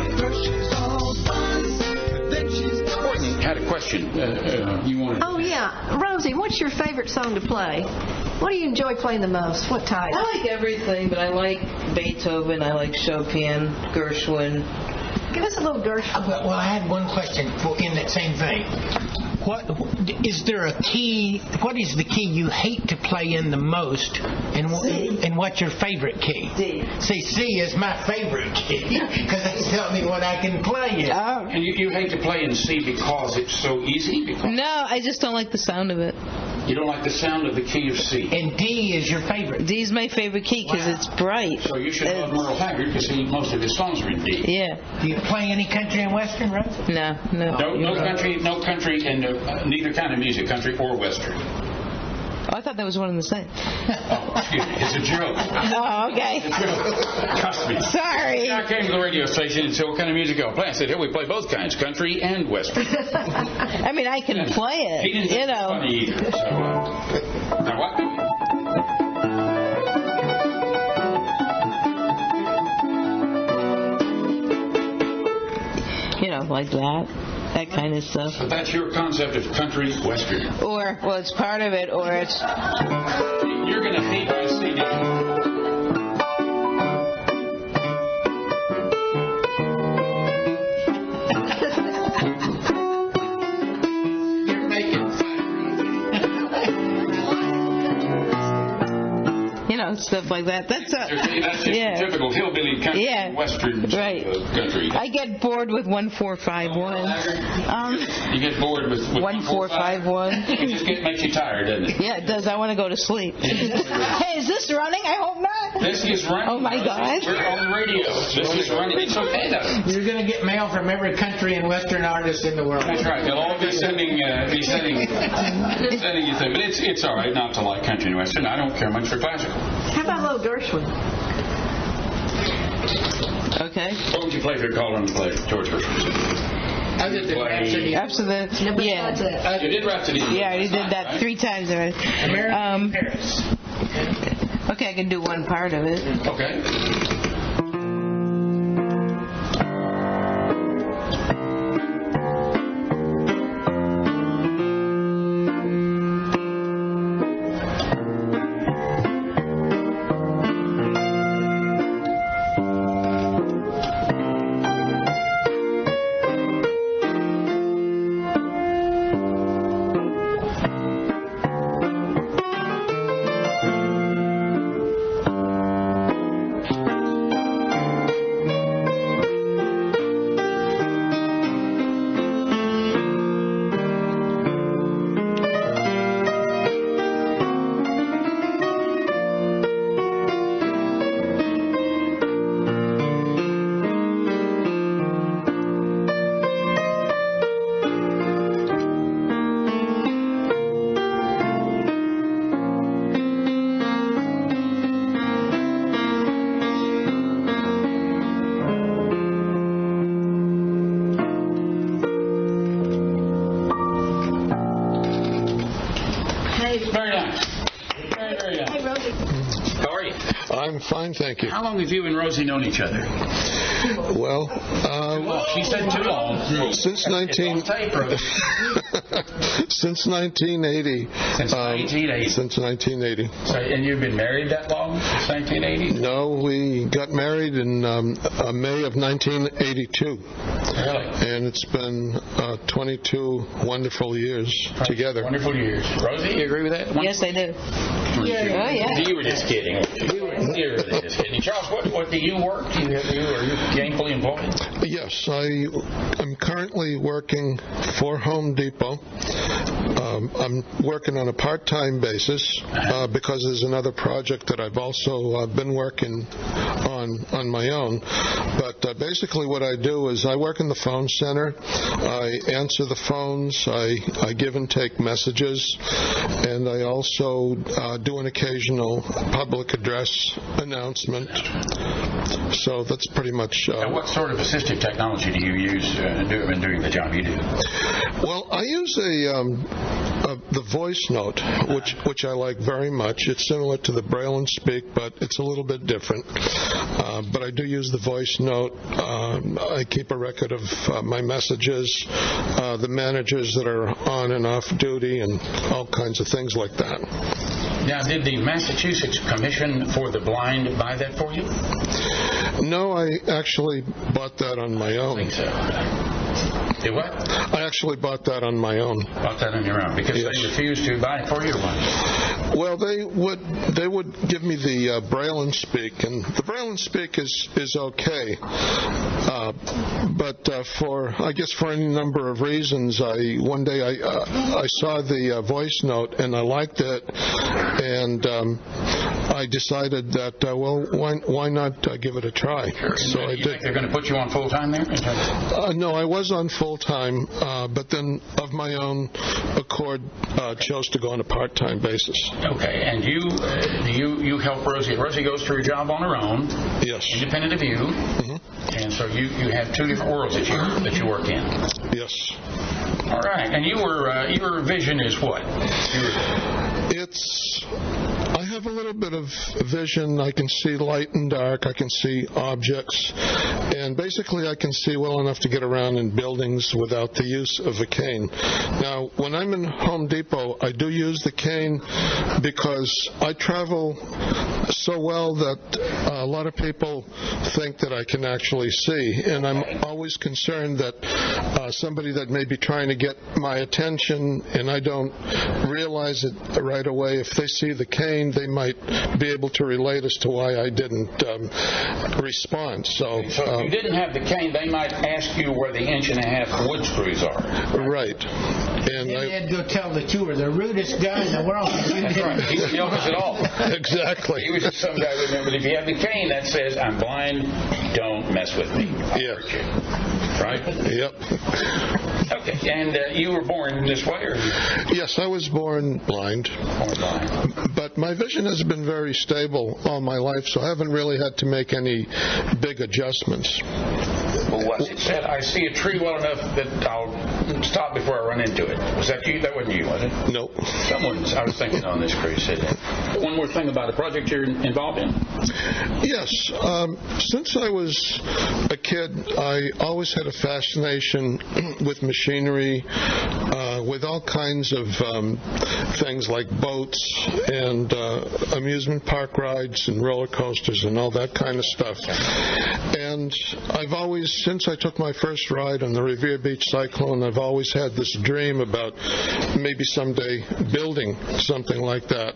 B: in My brush is all buzz. Then she's
C: Courtney had a question. Uh, uh, you wanted
L: Oh yeah, Rosie, what's your favorite song to play? What do you enjoy playing the most? What type?
Q: I like everything, but I like Beethoven. I like Chopin, Gershwin.
L: Give us a little Gershwin.
D: Well, I had one question for- in that same vein. What is there a key? What is the key you hate to play in the most, and wh- and what's your favorite key? C. See, C is my favorite key (laughs) because that's the only one I can play in.
Q: Oh,
C: And you, you hate to play in C because it's so easy? Because
Q: No, I just don't like the sound of it.
C: you don't like the sound of the key of C.
D: And D is your favorite.
Q: D is my favorite key because it's bright.
C: So you should love Merle Haggard because he, most of his songs are in D.
Q: Yeah.
D: Do you play any country and western, right?
Q: No,
C: No,
Q: no.
C: no
Q: you're right.
C: country, no country, and uh, neither kind of music, country or western.
Q: Oh, I thought that was one and the same.
C: Excuse me, it's a joke.
Q: Oh,
C: (laughs)
Q: okay.
C: Trust me.
Q: (laughs) Sorry.
C: I came to the radio station and said, "What kind of music y'all play?" I said, "Here we play both kinds, country and
Q: (laughs)
C: western."
Q: I mean, I can play
C: He didn't
Q: it,
C: think
Q: you
C: it was
Q: know.
C: funny either, so. Now what?
Q: You know, like that. that kind of stuff.
C: But that's your concept of country western.
Q: Or, well, it's part of it, or it's.
C: You're going to hate my CD.
Q: You know, stuff like that. That's
C: See, that's
Q: a,
C: just
Q: yeah.
C: typical hillbilly country,
Q: Yeah.
C: western
Q: Right.
C: uh, country. Oh,
Q: I get bored with one four five one. Um,
C: you get bored with, with
Q: one four five one.
C: (laughs) It just get, makes you tired, doesn't
Q: (laughs)
C: it?
Q: Yeah, it does. I want to go
C: (laughs)
Q: to sleep. hey, is this running? I hope not.
C: This is running.
Q: Oh my God.
C: We're on the radio. This is running. It's okay though.
U: You're going to get mail from every country and Western artist in the world.
C: That's right. They'll all be sending, uh, be sending, sending you things. But it's it's all right not to like country and western. I don't care much for classical.
L: How about Lo Gershwin?
Q: Okay.
C: What would you play if you're called on to play George Gershwin? I did the Rhapsody.
Q: Absolutely. yeah.
C: You did Rhapsody.
Q: Yeah, I already did that three times already. Um, Okay, I can do one part of it.
C: Okay. Very nice. Very, very nice. Hey, Rosie. How are you?
R: I'm fine, thank you.
C: How long have you and Rosie known each other?
R: Well, uh,
C: She said too long.
R: Since
C: It's
R: 19
C: on tape, Rosie.
R: (laughs) since 1980. Since 1980. Since 1980.
C: So, and you've been married that long? Since 1980?
R: No, we got married in um, uh, May of 1982. Really? And it's been uh, 22 wonderful years together.
C: Wonderful years. Rosie, you agree with that?
Q: Yes, I do.
C: Yeah,
Q: Oh, yeah.
C: You were just kidding. You were, you were really just kidding. Charles, what, what do you work? Do you, you, are you gainfully employed?
R: Yes, I am currently working for Home Depot. Um, I'm working on a part-time basis uh, because there's another project that I've also uh, been working on on my own. But uh, basically, what I do is I work in the phone center. I answer the phones. I, I give and take messages, and I also uh, do an occasional public address announcement. So that's pretty much. Uh,
C: And what sort of assistive technology do you use uh, do, in doing the job you do?
R: Well, I use a, um, a the voice note, which which I like very much. It's similar to the Braille and Speak, but it's a little bit different. Uh, but I do use the voice note. Um, I keep a record of uh, my messages, uh, the managers that are on and off duty, and all kinds of things like that.
C: Now, did the Massachusetts Commission for the Blind buy that for you?
R: No, I actually bought that on my own.
C: Did what?
R: I actually bought that on my own.
C: Bought that on your own because they refused to buy it for you. or what?
R: Well, they would they would give me the uh, Braille and Speak, and the Braille and Speak is is okay, uh, but uh, for I guess for any number of reasons, I one day I uh, I saw the uh, voice note and I liked it, and um, I decided that uh, well why why not uh, give it a try? So I
C: you
R: did.
C: think they're going to put you on full time there?
R: Uh, no, I was on full time, uh, but then of my own accord uh, chose to go on a part time basis.
C: Okay, and you uh, you you help Rosie. Rosie goes through a job on her own.
R: Yes. Mm-hmm.
C: Independent of you. And so you you have two different worlds that you that you work in.
R: Yes.
C: All right, and you were uh, your vision is what?
R: It's I have a little bit of vision. I can see light and dark. I can see objects. And basically, I can see well enough to get around in buildings without the use of a cane. Now, when I'm in Home Depot, I do use the cane because I travel so well that a lot of people think that I can actually see. And I'm always concerned that uh, somebody that may be trying to get my attention and I don't realize it right away, if they see the cane, they might be able to relate as to why I didn't um, respond. So,
C: So if
R: um,
C: you didn't have the cane, they might ask you where the inch and a half wood screws are.
R: right. And I,
D: They'd go tell that you were the rudest guy in the world.
C: That's right. He didn't help us at all.
R: (laughs) Exactly.
C: He was just some guy with him. But if you have the cane that says, I'm blind, don't mess with me. I'll hurt you." Right?
R: Yep.
C: Okay. And uh, you were born this way? Or?
R: Yes, I was born blind. But my vision has been very stable all my life, so I haven't really had to make any big adjustments.
C: Well, was it said, I see a tree well enough that I'll stop before I run into it. Was that you? That wasn't you, was it?
R: No.
C: Someone, I was thinking on this cruise, said that. One more thing about a project you're involved in.
R: Yes, um, since I was a kid, I always had a fascination (clears throat) with machinery, uh, with all kinds of um, things like boats and uh, amusement park rides and roller coasters and all that kind of stuff. And I've always, since I took my first ride on the Revere Beach Cyclone, I've always had this dream about maybe someday building something like that.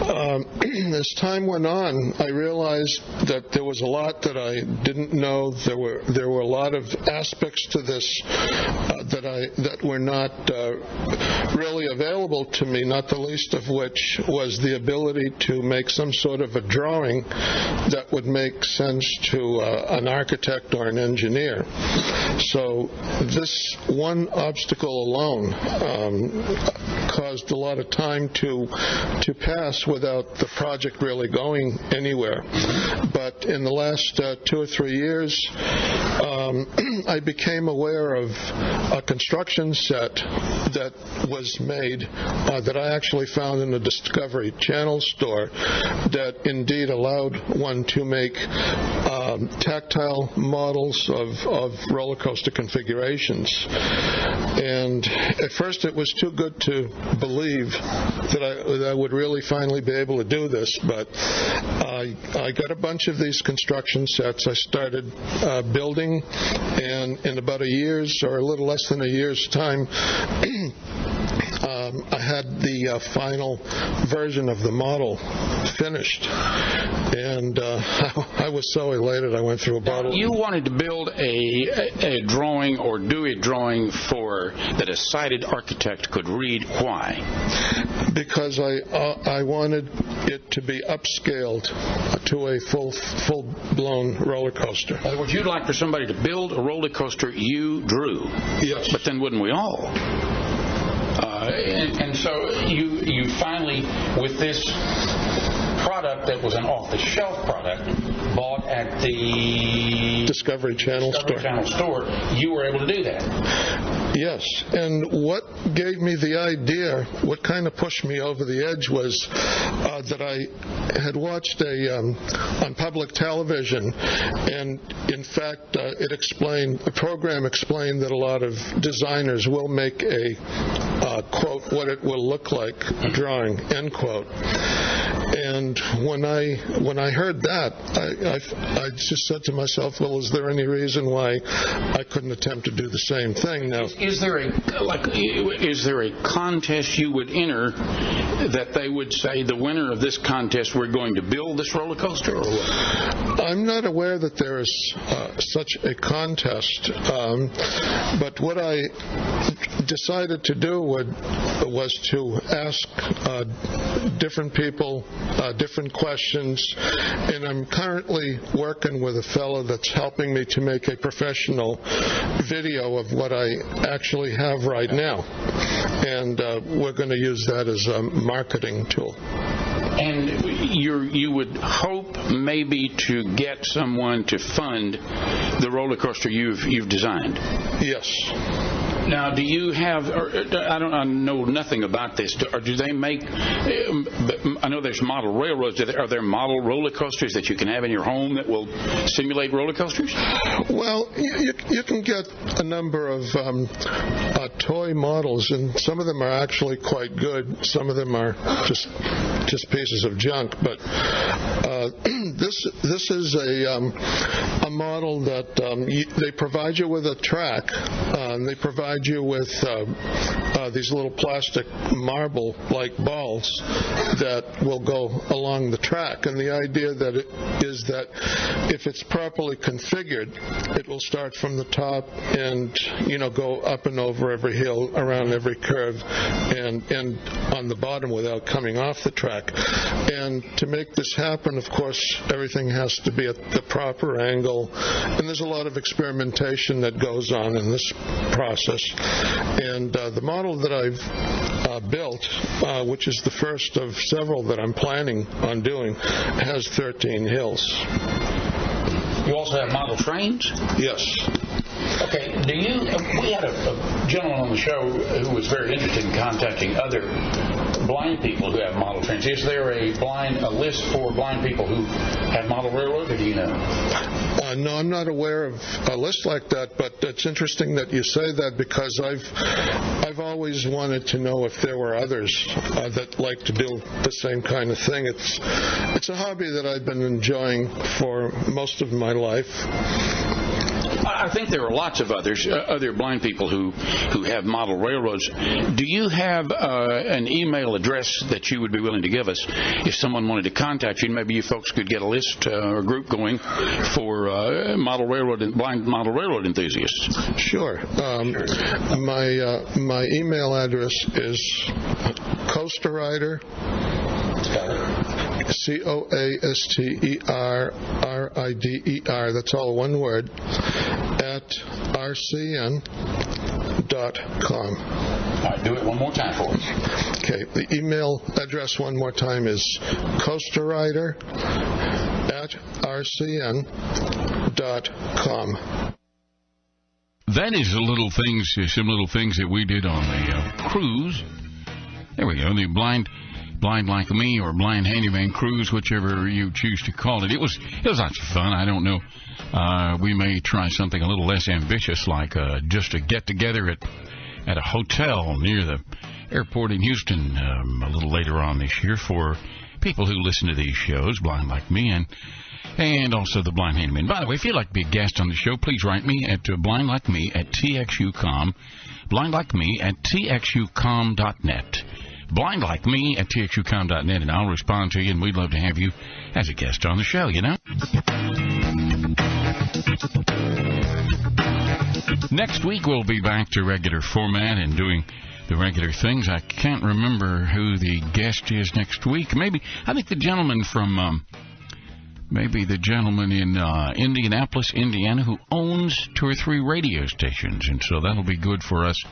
R: Um, (clears throat) as time went on, I realized that there was a lot that I didn't know. There were there were a lot of aspects to this uh, that I that were not uh, really available to me. Not the least of which was the ability to make some sort of a drawing that would make sense to uh, an architect or an engineer. So this one obstacle alone um, caused a lot of time to to pass without the project really going anywhere. But in the last uh, two or three years, um, (clears throat) I became aware of a construction set that was made uh, that I actually found in the Discovery Channel store that indeed allowed one to make um, tactile models of, of roller coaster configurations. And at first, it was too good to believe that I, that I would really finally be able to do this, but I, I got a bunch of these construction sets. I started uh, building, and in about a year's or a little less than a year's time, (clears throat) um, I had the uh, final version of the model finished, and uh, (laughs) I, was so elated. I went through a bottle.
C: You wanted to build a, a drawing or do a drawing for that a sighted architect could read. Why?
R: because I uh, I wanted it to be upscaled to a full full blown roller coaster.
C: In other words, you'd like for somebody to build a roller coaster you drew.
R: Yes.
C: But then wouldn't we all? Uh, and, and so you you finally with this product that was an off the shelf product bought at the
R: Discovery Channel
C: Discovery
R: store.
C: Channel store, you were able to do that.
R: Yes, and what gave me the idea, what kind of pushed me over the edge was uh, that I had watched a um, on public television, and in fact, uh, it explained the program explained that a lot of designers will make a uh, quote what it will look like drawing end quote. And when I when I heard that, I, I, I just said to myself, well, is there any reason why I couldn't attempt to do the same thing now?
C: Is there a like is there a contest you would enter that they would say the winner of this contest we're going to build this roller coaster or what?
R: I'm not aware that there is uh, such a contest, um, but what I decided to do would, was to ask uh, different people uh, different questions, and I'm currently working with a fellow that's helping me to make a professional video of what I actually have right now, and uh, we're going to use that as a marketing tool.
C: And you you would hope maybe to get someone to fund the roller coaster you've you've designed.
R: Yes.
V: Now, do you have? Or, or- I don't I know nothing about this. Do, or do they make? um, but I know there's model railroads. Do they- Are there model roller coasters that you can have in your home that will simulate roller coasters?
R: Well, you, you- you can get a number of um, uh, toy models, and some of them are actually quite good. Some of them are just just pieces of junk. But uh, (clears throat) this this is a um, a model that um, you, they provide you with a track. Uh, and they provide you with uh, uh, these little plastic marble-like balls that will go along the track. And the idea that it is that if it's properly configured, it will start from the top and you know go up and over every hill, around every curve, and and on the bottom without coming off the track. And to make this happen, of course, everything has to be at the proper angle, and there's a lot of experimentation that goes on in this process. And uh, the model that I've uh, built, uh, which is the first of several that I'm planning on doing, has 13 hills.
V: You also have model trains?
R: Yes.
V: Okay, do you? We had a, a gentleman on the show who was very interested in contacting other blind people who have model trains. Is there a blind a list for blind people who have model railroads, or do you know?
R: Uh, no, I'm not aware of a list like that, but it's interesting that you say that because I've I've always wanted to know if there were others uh, that like to do the same kind of thing. It's it's a hobby that I've been enjoying for most of my life.
V: I I think there are lots of others, uh, other blind people who, who have model railroads. Do you have uh, an email address that you would be willing to give us if someone wanted to contact you? And maybe you folks could get a list uh, or group going for uh, model railroad and blind model railroad enthusiasts.
R: Sure. Um, my uh, my email address is Coaster Rider. C O A S T E R R I D E R. That's all one word. At rcn dot com. All
V: right, do it one more time for us.
R: Okay, the email address one more time is Coaster Rider at rcn dot com.
C: That is the little things, some little things that we did on the uh, cruise. There we go. The blind, blind like me or blind handyman cruise, whichever you choose to call it. It was it was lots of fun. I don't know. Uh, we may try something a little less ambitious, like uh, just a get together at at a hotel near the airport in Houston um, a little later on this year for people who listen to these shows, blind like me and and also the blind handyman. By the way, if you'd like to be a guest on the show, please write me at uh, blindlikeme at txucom, blindlikeme at txucom.net, blindlikeme at txucom.net, and I'll respond to you, and we'd love to have you as a guest on the show, you know? Next week we'll be back to regular format and doing the regular things. I can't remember who the guest is next week. Maybe I think the gentleman from um, maybe the gentleman in uh, Indianapolis, Indiana, who owns two or three radio stations, and so that'll be good for us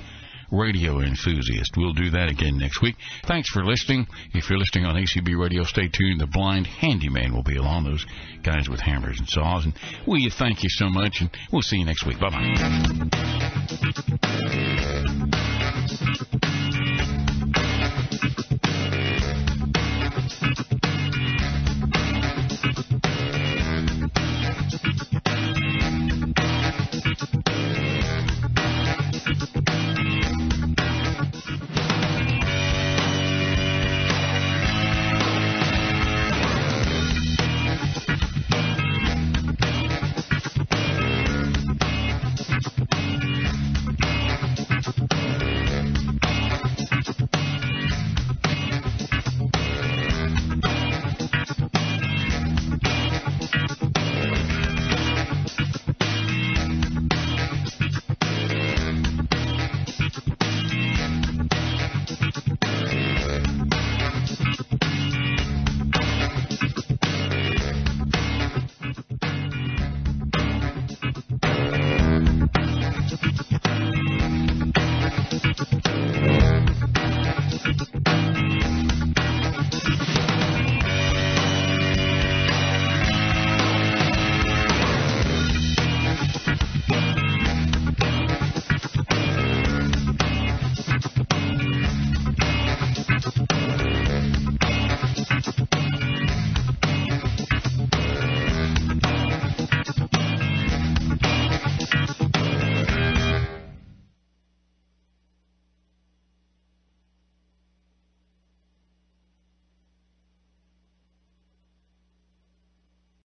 C: radio enthusiasts. We'll do that again next week. Thanks for listening. If you're listening on ACB Radio, stay tuned. The blind handyman will be along. Those guys with hammers and saws. And we thank you so much, and we'll see you next week. Bye bye.